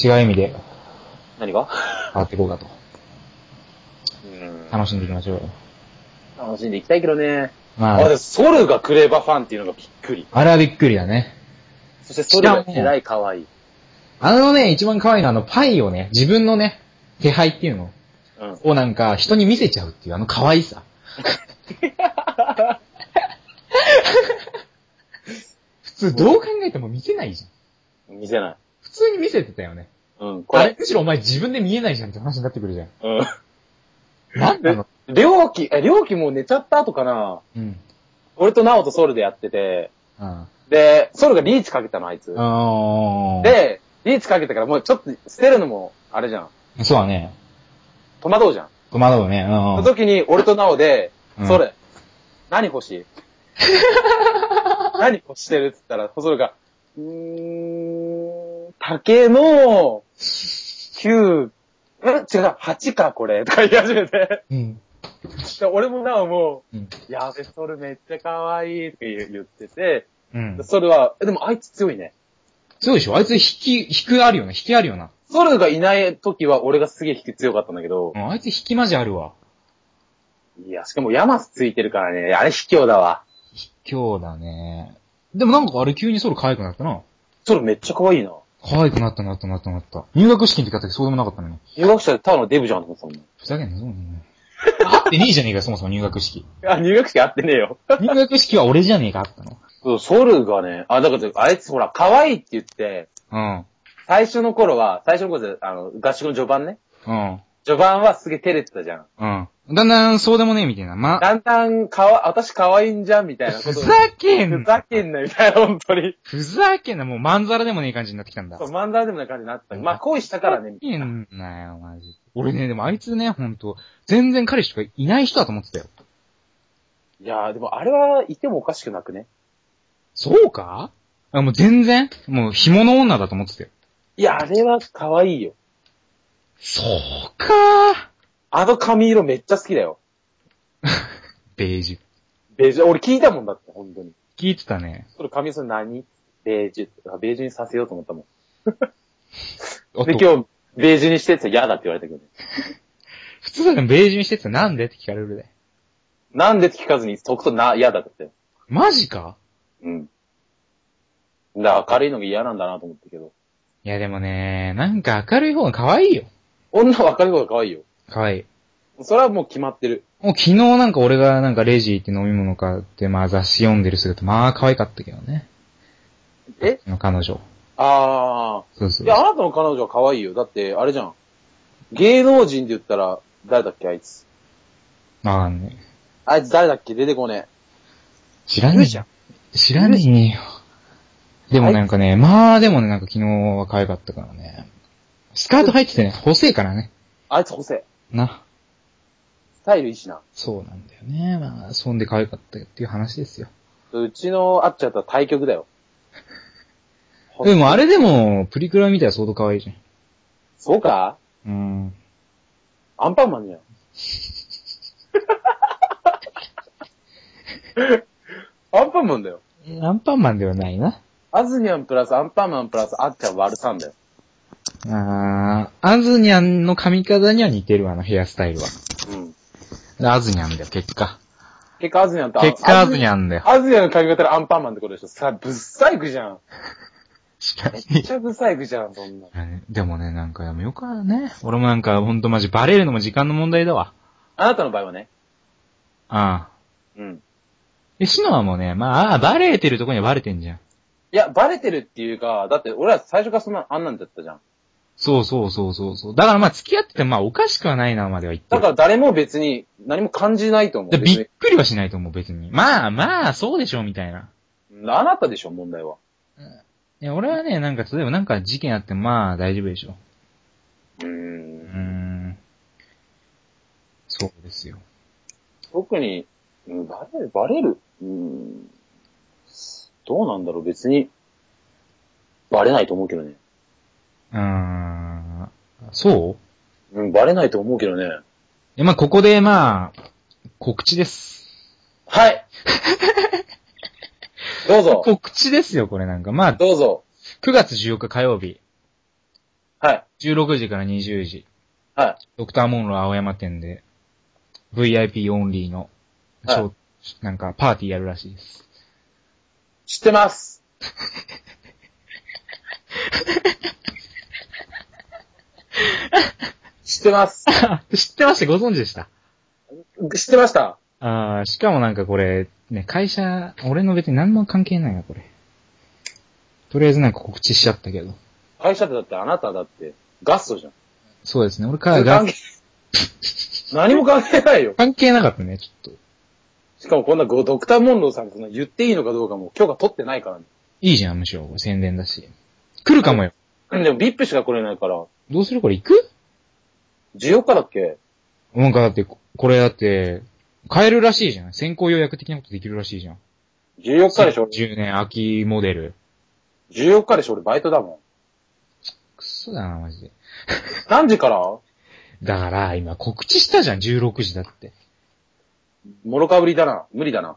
S2: 違う意味で
S1: 何が
S2: 変わっていこうかと。
S1: うん
S2: 楽しんでいきましょうよ。
S1: 楽しんでいきたいけどね。
S2: ま
S1: あ、で
S2: あ
S1: も、、ソルがクレバファンっていうのがびっくり。
S2: あれはびっくりだね。
S1: そしてソルがえらい可愛い。
S2: あのね、一番可愛いのはあのパイをね、自分のね、手配っていうの
S1: うん。
S2: をなんか人に見せちゃうっていうあの可愛 さ。普通どう考えても見せないじゃん。
S1: 見せない。
S2: 普通に見せてたよね。
S1: うん。こ
S2: あれ
S1: れ、
S2: むしろお前自分で見えないじゃんって話になってくるじゃん。
S1: うん。
S2: なんだろ
S1: りょうき、え、りょうきもう寝ちゃった後かな
S2: う。うん。
S1: 俺とナオとソルでやってて、
S2: あ
S1: で、ソルがリーチかけたの、あいつ。
S2: あ。、
S1: で、リーチかけたからもうちょっと捨てるのも、あれじゃん。
S2: そうだね。
S1: 戸惑うじゃん。
S2: 戸惑うね。う
S1: その
S2: ん。
S1: 時に、俺とナオで、
S2: うん
S1: ソル、何欲し い何欲してるって言ったら、ソルが、うーん、竹の、9、え違う、8か、これ、とか言い始めて。
S2: うん。
S1: で俺もなおも、
S2: うん
S1: やべ、ソルめっちゃ可愛いって言ってて、
S2: うん。
S1: ソルは、えでもあいつ強いね。
S2: そうでしょあいつ引き、引くあるよな。引きあるよな。
S1: ソルがいない時は俺がすげえ引き強かったんだけど
S2: う、ん、あいつ引きマジあるわ。
S1: いや、しかもヤマスついてるからね、あれ卑怯だわ。
S2: 今日だね。でもなんかあれ急にソロ可愛くなったな。
S1: ソルめっちゃ可愛いな。
S2: 可愛くなったなったなったなった。入学式の時だったけどそうでもなかったのに。
S1: 入学者でただのデブじゃんと思ってたもんね。
S2: ふざけんな、そうね。あってねえじゃねえかよ、そもそも入学式。
S1: あ、入学式やってねえよ。
S2: 入学式は俺じゃねえか、あったの。
S1: そう、ソルがね、あ、だから、あいつほら、可愛いって言って、
S2: うん。
S1: 最初の頃は、最初の頃で、あの、合宿の序盤ね。
S2: うん。
S1: 序盤はすげえ照れてたじゃん。
S2: うん。だんだんそうでもねえみたいな。ま、
S1: だんだん、かわ、私可愛いんじゃんみたいなこ
S2: ふ
S1: と。
S2: ざけん
S1: ふ
S2: な。
S1: ざけんな、みたいな、本当に。
S2: ふざけんな、もうまんざらでもねえ感じになってきたんだ。
S1: そう、漫才でもない感じになってた。まあ、恋したからね
S2: ふざ。けんなよ、マジ。俺ね、でもあいつね、ほんと、全然彼氏とかいない人だと思ってたよ。
S1: いやー、でもあれはいてもおかしくなくね。
S2: そうかあもう全然、もう紐の女だと思ってたよ。
S1: いや、あれは可愛いよ。
S2: そうか
S1: あの髪色めっちゃ好きだよ。
S2: ベージュ。
S1: ベージュ、俺聞いたもんだって、本当に。
S2: 聞いてたね。
S1: それ髪色何ベージュ、あベージュにさせようと思ったも
S2: あ
S1: ん。で、
S2: と
S1: 今日、ベージュにしてって言ったら嫌だって言われたけどね。
S2: 普通だとベージュにしてってなんでって聞かれるで。
S1: なんでって聞かずに、とくとな、嫌だって。
S2: マジか
S1: うん。だから明るいのが嫌なんだなと思ったけど。
S2: いやでもね、なんか明るい方が可愛いよ。
S1: 女は明るい方が可愛いよ。
S2: 可愛い。
S1: それはもう決まってる。
S2: もう昨日なんか俺がなんかレジ行って飲み物買って、まあ雑誌読んでる姿、まあ可愛かったけどね。
S1: え
S2: の彼女。
S1: あー。
S2: そうそ。
S1: いうや、あなたの彼女は可愛いよ。だって、あれじゃん。芸能人で言ったら、誰だっけ、あいつ。
S2: まあね。
S1: あいつ誰だっけ出てこね
S2: 知らねえじゃん。知らねえよ。でもなんかね、まあでもね、なんか昨日は可愛かったからね。スカート入っててね、細いからね。
S1: え。あいつ補正。
S2: な。
S1: スタイルいいしな。
S2: そうなんだよね。まあ、そんで可愛かったっていう話ですよ。
S1: うちのあっちゃったら対局だよ。ほ
S2: でもあれでも、プリクラ見たら相当可愛いじ
S1: そうか
S2: ゃん。うん。
S1: アンパンマンじ ゃん。アンパンマンだよ。
S2: アンパンマンではないな。
S1: アズニャンプラスアンパンマンプラスあっちゃん悪さんだよ。
S2: あー、アズニャンの髪型には似てるわ、あのヘアスタイルは。
S1: うん。
S2: アズニャンだよ、結果。
S1: 結果アズニャンと
S2: 結果アズニ
S1: ン。
S2: ャンだよ。
S1: アズニャンの髪型でアンパンマンってことでしょ。さ、ぶっさいくじゃん。
S2: 知らね
S1: めっちゃぶっさいくじゃん、そんな。
S2: え でもね、なんかやめようかね。俺もなんか、ほんとマジバレるのも時間の問題だわ。
S1: あなたの場合はね。
S2: ああ。
S1: うん。
S2: え、シノはもうね、まあ、ああ、バレてるとこにはバレてんじゃん。
S1: いや、バレてるっていうか、だって俺ら最初からそんな、あんなんだったじゃん。
S2: そうそうそうそうそう。だからまあ付き合っててもまあおかしくはないなまでは言って
S1: だ
S2: る。
S1: から誰も別に何も感じないと思う。
S2: だから
S1: 別
S2: び
S1: に
S2: っくりはしないと思う、別に。まあまあ、そうでしょう、みたいな。
S1: あなたでしょ、問題は。
S2: いや、俺はね、なんか、例えばなんか事件あってもまあ大丈夫でしょ
S1: うー
S2: う。うー
S1: ん。
S2: ん。そうですよ。
S1: 特に、うんバレる、バレる。うーん。どうなんだろう、別に。バレないと思うけどね。
S2: うーん。そう
S1: うん、バレないと思うけどね。
S2: いやまあここでまあ、告知です。
S1: はい。 どうぞ。
S2: 告知ですよ、これなんか。まあ、
S1: どうぞ。
S2: 9月14日火曜日、
S1: はい。
S2: 16時から20時、
S1: は
S2: ドクターモンロー青山店で、VIP オンリーの、
S1: はい
S2: ショーなんかパーティーやるらしいです。
S1: い。知ってます。 知ってます。
S2: 知ってましたご存知でした
S1: 知ってました。
S2: あーしかもなんかこれ、ね、会社、俺の別に何も関係ないな、これ。とりあえずなんか告知しちゃったけど。
S1: 会社ってだってあなただってガストじゃん。
S2: そうですね、俺から
S1: 関
S2: が
S1: 係何も関係ないよ。
S2: 関係なかったね、ちょっと。
S1: しかもこんなごドクターモンローさんそんな言っていいのかどうかも許可取ってないから、
S2: いいじゃん、むしろ。宣伝だし。来るかもよ。
S1: ね。でも VIP しか来れないから、
S2: どうするこれ行く
S1: 14日だっけ
S2: なんかだって、ここれだって、買えるらしいじゃん。先行予約的なことできるらしいじゃん。
S1: ?14 日でしょ
S2: 10年秋モデル。
S1: ?14 日でしょ俺バイトだも
S2: くそだな、マジで。
S1: ん。何時から
S2: だから、今告知したじゃん、16時だって。
S1: もろかぶりだな。無理だな。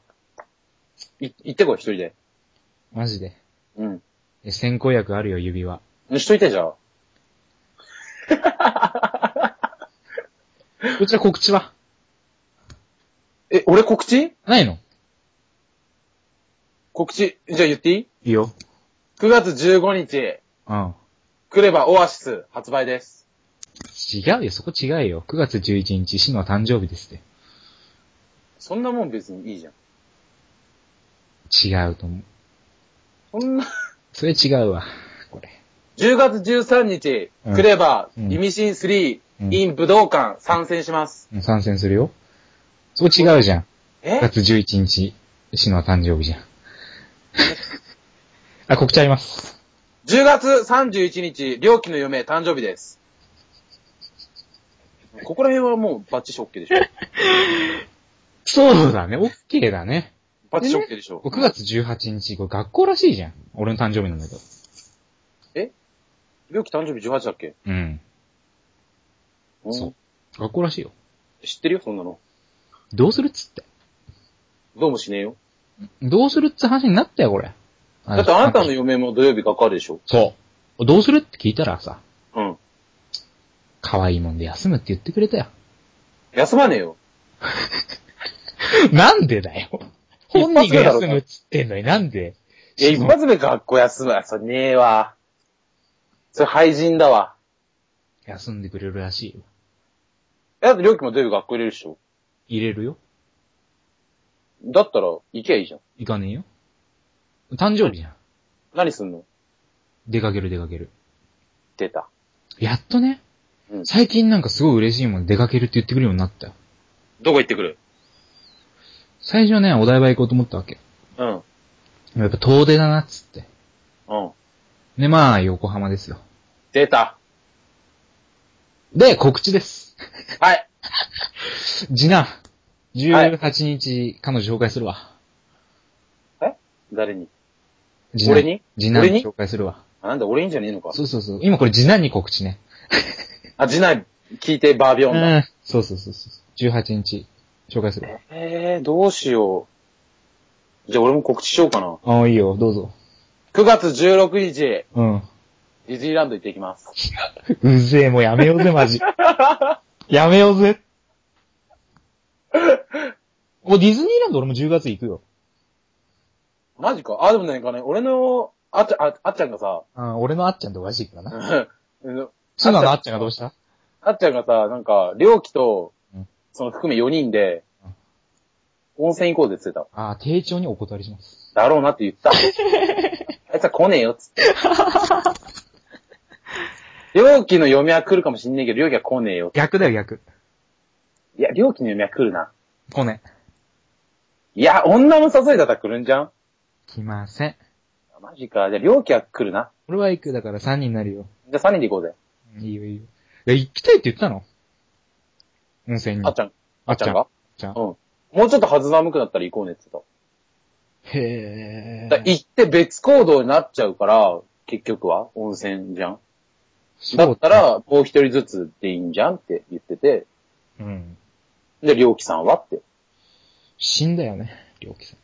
S1: い、行ってこい、一人で。
S2: マジで。
S1: うん。
S2: え先行予約あるよ、指 輪。
S1: しといて、じゃあ。
S2: こちら告知は
S1: え、俺告知
S2: ないの
S1: 告知。じゃあ言っていい
S2: いいよ。
S1: ?9 月15日、
S2: うん。
S1: 来ればオアシス発売です。
S2: 違うよ、そこ違うよ。9月11日、シノは誕生日ですって。
S1: そんなもん別にいいじゃん。
S2: 違うと思う。
S1: そんな、
S2: それ違うわ。これ。
S1: 10月13日、
S2: うん
S1: 来れば、
S2: うん
S1: イミシン3、
S2: うん
S1: in 武道館参戦します。
S2: うん参戦するよ。そこ違うじゃん。
S1: え
S2: 9月11日、シノは誕生日じ ゃん。あ、告知あります。
S1: ?10 月31日、両機の嫁誕生日です。ここら辺はもうバッチショッケで しょ
S2: そうだね、オッケーだね。
S1: バッチショッケでしょ
S2: 9月18日、これ学校らしいじゃん。俺の誕生日なんだけど。
S1: 両機誕生日18だっけ
S2: うん。
S1: うん
S2: そう学校らしいよ。
S1: 知ってるよ、そんなの。
S2: どうするっつって。
S1: どうもしねえよ。
S2: どうするっつう話になったよ、これ。
S1: だってあなたの嫁も土曜日かかるでしょ
S2: そう。どうするって聞いたらさ、
S1: うん。
S2: 可愛いもんで休むって言ってくれ たよ。
S1: 休まねえよ。
S2: なんでだよ。本人が休むっつってんのになんで。
S1: いや、一発目学校休むわ。それねえわ。それ廃人だわ。
S2: 休んでくれるらしいよ。
S1: えだってりょうきも土曜日学校入れるでしょ
S2: 入れるよ。
S1: だったら、行けばいいじゃん。
S2: 行かねえよ。誕生日じゃん。
S1: 何すんの
S2: 出かける出かける。
S1: 出た。
S2: やっとね
S1: う。ん
S2: 最近なんかすごい嬉しいもん出かけるって言ってくるようになったよ。
S1: どこ行ってくる
S2: 最初ね、お台場行こうと思ったわけ。
S1: うん。
S2: やっぱ遠出だなっつって。
S1: うん。
S2: で、まあ、横浜ですよ。
S1: 出た。
S2: で、告知です。
S1: はい。
S2: ジナ、
S1: はい
S2: 18日、彼女紹介するわ。
S1: 誰に
S2: 次男
S1: 俺に
S2: 次男
S1: 俺に
S2: 紹介するわ。
S1: あなんだ、俺いいんじゃねえのか。
S2: そうそうそう。今これ次男に告知ね。
S1: あ、次男、聞いてバービオンだ。
S2: うん。そうそうそうそう。18日、紹介するわ。
S1: えー、どうしよう。じゃあ俺も告知しようかな。
S2: ああ、いいよ、どうぞ。
S1: 9月16日、
S2: うん。
S1: ディズニーランド行ってきます。
S2: うぜえ、もうやめようぜ、マ ジ。やめようぜ。お、ディズニーランド俺も10月行くよ。
S1: マジかあ、でもなんかね、俺の、あっちゃん、ああっちゃんがさ、
S2: うん、俺のあっちゃんとおかしいからな。
S1: うん
S2: ツナのあっちゃんがどうした
S1: あっちゃんがさ、なんか、りょうきと
S2: うん、
S1: その含め4人で
S2: うん、
S1: 温泉行こうぜって言って
S2: ああ、丁重にお断りします。
S1: た。だろうな って言った。あいつは来ねえよっつって。料金の嫁は来るかもしんねえけど、料金は来ねえよ。
S2: 逆だよ、逆。
S1: いや、料金の嫁は来るな。
S2: 来ね。
S1: いや、女の誘いだったら来るんじゃん
S2: 来ません。
S1: マジか。じゃあ、料金は来るな。
S2: 俺は行く、だから3人になるよ。
S1: じゃあ、3人で行こうぜ。
S2: うんいいよ、いいよ。いや、行きたいって言ったの温泉に。
S1: あっちゃん。あっちゃんが
S2: ちゃ
S1: う
S2: ん
S1: ん。もうちょっと肌寒くなったら行こうねって言って
S2: へ
S1: た。だから行って別行動になっちゃうから、結局は温泉じゃん。
S2: そう
S1: だった、ら、もう一人ずつでいいんじゃんって言ってて、
S2: うん。
S1: で、りょうきさんはって。
S2: 死んだよね、りょうきさ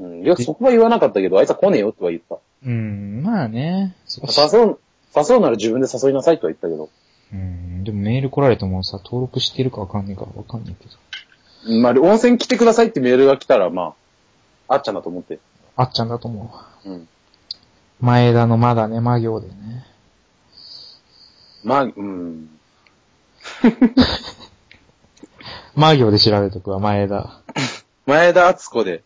S1: うん。りょうきそこは言わなかったけど、あいつは来ねえよとは言った。
S2: ん。うん、まあね。そこ
S1: 誘う、誘うなら自分で誘いなさいとは言ったけど。
S2: うん、でもメール来られてもさ、登録してるかわかんねえからわかんないけど。
S1: まあ、温泉来てくださいってメールが来たら、まあ、あっちゃんだと思って。
S2: あっちゃんだと思
S1: うん。
S2: う。前田のまだね、魔行でね。
S1: まあ、うん。
S2: 魔行で調べとくわ、前田。
S1: 前田敦子で、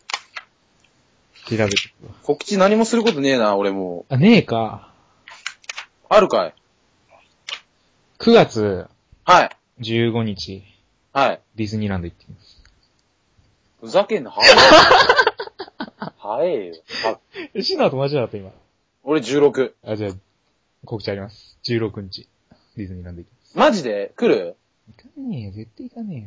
S2: 調べとくわ。
S1: 告知何もすることねえな、俺も
S2: あ、ねえか。
S1: う。あるかい
S2: 9月
S1: はい。
S2: 15日、
S1: はい。
S2: ディズニーランド行ってきます。
S1: ふざけんな、はえ。はえよ。は
S2: え、シナと同じだった、今。
S1: 俺16。
S2: あ、じゃあ、告知あります。16日、ディズニーランド行きます。
S1: マジで来る
S2: 行かねえよ、絶対行かねえよ。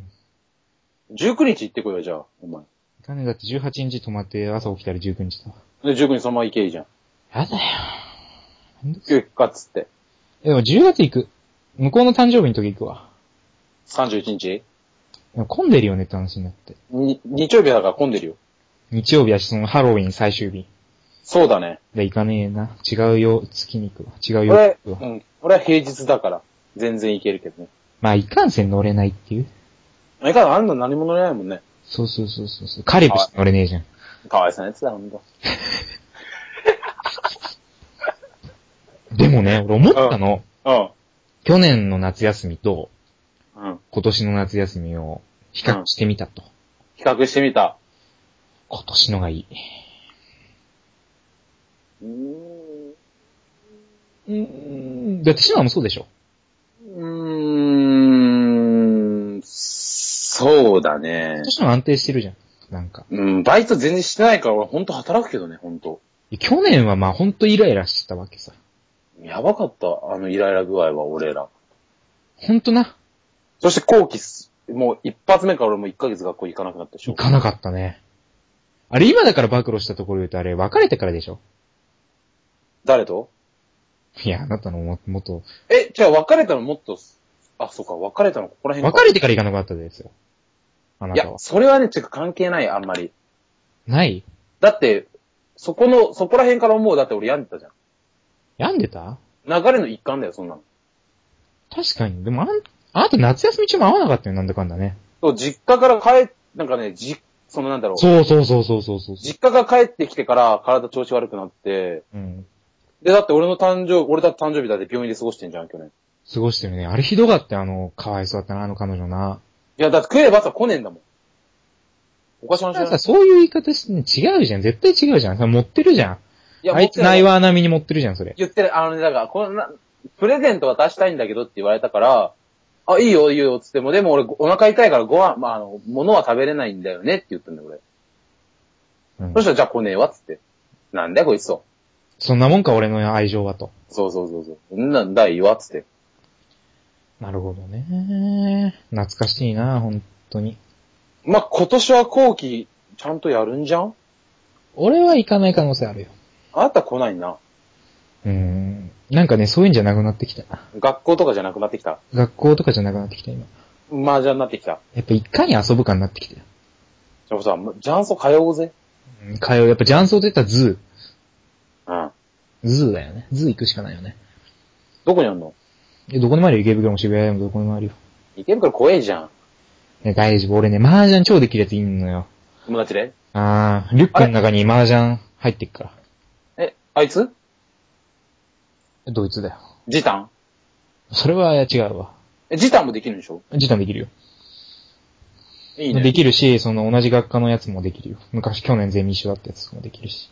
S1: ?19 日行ってこいよ、じゃあ、お前。
S2: 行かねえ、だって18日泊まって朝起きたら19日だわ。
S1: で、19日そのまま行けばいいじゃん。
S2: やだよ。めんどくせえ
S1: 結果っつって。
S2: えでも10月行く。向こうの誕生日の時行くわ。
S1: 31日
S2: でも混んでるよねって話になって。
S1: に、日曜日だから混んでるよ。
S2: 日曜日はそのハロウィン最終日。
S1: そうだね。
S2: で、行かねえな。違うよ、月に行くわ。違うよ、
S1: 俺、う
S2: 行くわ。
S1: ん。俺は平日だから、全然行けるけどね。
S2: まあ、いかんせん乗れないっていう。
S1: あれからあんの何も乗れないもんね。
S2: そうそうそうそうそう。カリブしか乗れねえじゃん。
S1: かわいそうなやつだ、ほんと。
S2: でもね、俺思ったの。
S1: う
S2: 去年の夏休みと
S1: ん。うん。
S2: 今年の夏休みを比較してみたと。
S1: 比較してみた。
S2: 今年のがいい。
S1: うーん。
S2: うん。だってシナもそうでしょ。
S1: うーん。そうだね
S2: 今。年の安定してるじゃん。なんか。
S1: うん、バイト全然してないから俺ほんと働くけどね、ほんと。
S2: 去年はまあほんとイライラしてたわけさ。
S1: やばかった、あのイライラ具合は俺ら。
S2: ほんとな。
S1: そして後期す、もう一発目から俺も一ヶ月学校行かなくなったでしょ
S2: 行。かなかったね。あれ今だから暴露したところ言うとあれ別れてからでしょ
S1: 誰と
S2: いや、あなたのも、もっと、
S1: え、じゃあ別れたのもっと、あ、そうか、別れたのここら辺か。
S2: 別れてから行かなかったですよ。あないた
S1: や
S2: は、。
S1: それはね、ちょっと関係ない、あんまり。
S2: ない
S1: だって、そこの、そこら辺からもう、だって俺病んでたじゃん。
S2: 病んでた
S1: 流れの一環だよ、そんなの。
S2: 確かに。でもあん、あなた夏休み中も会わなかったよ、なんだかんだね。
S1: そう、実家から帰っ、なんかね、じ、そのなんだろう。
S2: そうそうそうそうそうそう。
S1: 実家が帰ってきてから体調子悪くなって、
S2: うん。
S1: で、だって俺の誕生、俺だって誕生日だって病院で過ごしてんじゃん、去年。
S2: 過ごしてるね。あれひどかったよ、あの、かわいそうだったな、あの彼女な。
S1: いや、だって食えばさ、来ねえんだもん。おかしな
S2: なん
S1: 話
S2: か
S1: だ。
S2: そういう言い方して、違うじゃん。絶対違うじゃん。それ持ってるじゃん。
S1: いや、
S2: あいつ
S1: 持ってな
S2: 内輪並みに持ってるじゃん、それ。
S1: 言ってる、あのね、だから、こんな、プレゼント渡したいんだけどって言われたから、あ、いいよ、いいよ、つっても、でも俺、お腹痛いからご飯、まあ、あの、物は食べれないんだよねって言ったんだよ、俺。
S2: うん
S1: そしたら、じゃあ来ねえわ、つって。なんだよ、こいつと。
S2: そんなもんか、俺の愛情はと。
S1: そうそうそうそう。んなんだいいわ、つって。
S2: なるほどね。懐かしいな、本当に。
S1: まあ、今年は後期、ちゃんとやるんじゃん
S2: 俺は行かない可能性あるよ。
S1: あなた来ないな。
S2: うーん。なんかね、そういうんじゃなくなってきた。
S1: 学校とかじゃなくなってきた。
S2: 学校とかじゃなくなってきた、今。
S1: 麻雀になってきた。
S2: やっぱいかに遊ぶかになってきたよ。
S1: じゃあさ、雀荘通おうぜ。
S2: うん、通う。やっぱ雀荘って言ったらズ
S1: うん。
S2: ー。ズーだよね。ズー行くしかないよね。
S1: どこにあんの
S2: え、どこにもあるよ。池袋も渋谷でもどこにもあるよ。
S1: 池袋怖えじゃん。
S2: ね、大丈夫。俺ね、麻雀超できるやついんのよ。
S1: 友達で。
S2: あー、リュックの中に麻雀入ってっから。
S1: え、あいつ
S2: えドイツだよ。
S1: ジタン
S2: それは違うわ。
S1: え、ジタンもできるんでしょ
S2: 時短できるよ。
S1: いいね。
S2: できるし、その同じ学科のやつもできるよ。昔、去年ゼミ一緒だったやつもできるし。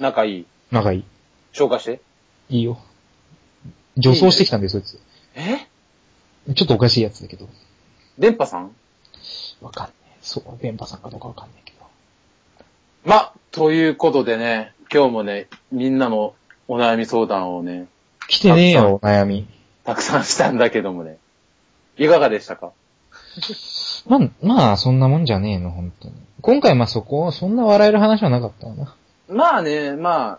S1: 仲いい。
S2: 仲いい。
S1: 紹介して。
S2: いいよ。女装してきたんだよ、そいつ。
S1: え
S2: ちょっとおかしいやつだけど。
S1: 電波さん
S2: わかんねえ。そう、電波さんかどうかわかんないけど。
S1: ま、ということでね、今日もね、みんなのお悩み相談をね、
S2: 来てねえよ、お悩み。
S1: たくさんしたんだけどもね。いかがでしたか
S2: まあ、まあ、そんなもんじゃねえの、本当に。今回まあそこ、そんな笑える話はなかったな。
S1: まあね、まあ、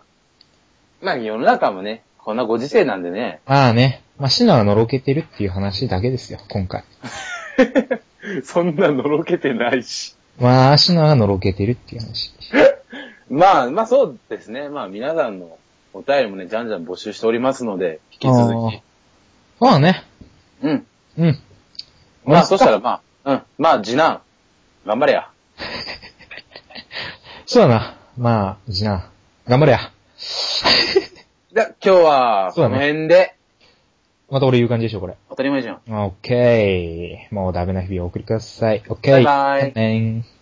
S1: まあ世の中もね、こんなご時世なんでね、
S2: まあね、まあシナはのろけてるっていう話だけですよ、今回。
S1: そんなのろけてないし。
S2: まあ、シナはのろけてるっていう話。
S1: まあ、まあそうですね。まあ皆さんのお便りもね、じゃんじゃん募集しておりますので、引き続き。
S2: あーまあね。
S1: うん。
S2: うん。
S1: まあそしたらまあ、うん。まあ次男、頑張れや。
S2: そうだな。まあ、じな。頑張れや。
S1: じゃあ今日は、
S2: そう
S1: こ
S2: だね
S1: の辺で、
S2: また俺言う感じでしょ、これ。
S1: 当たり前じゃん。
S2: オッケー。もうダメな日々をお送りください。オッケー。
S1: バイバイ
S2: じゃあねー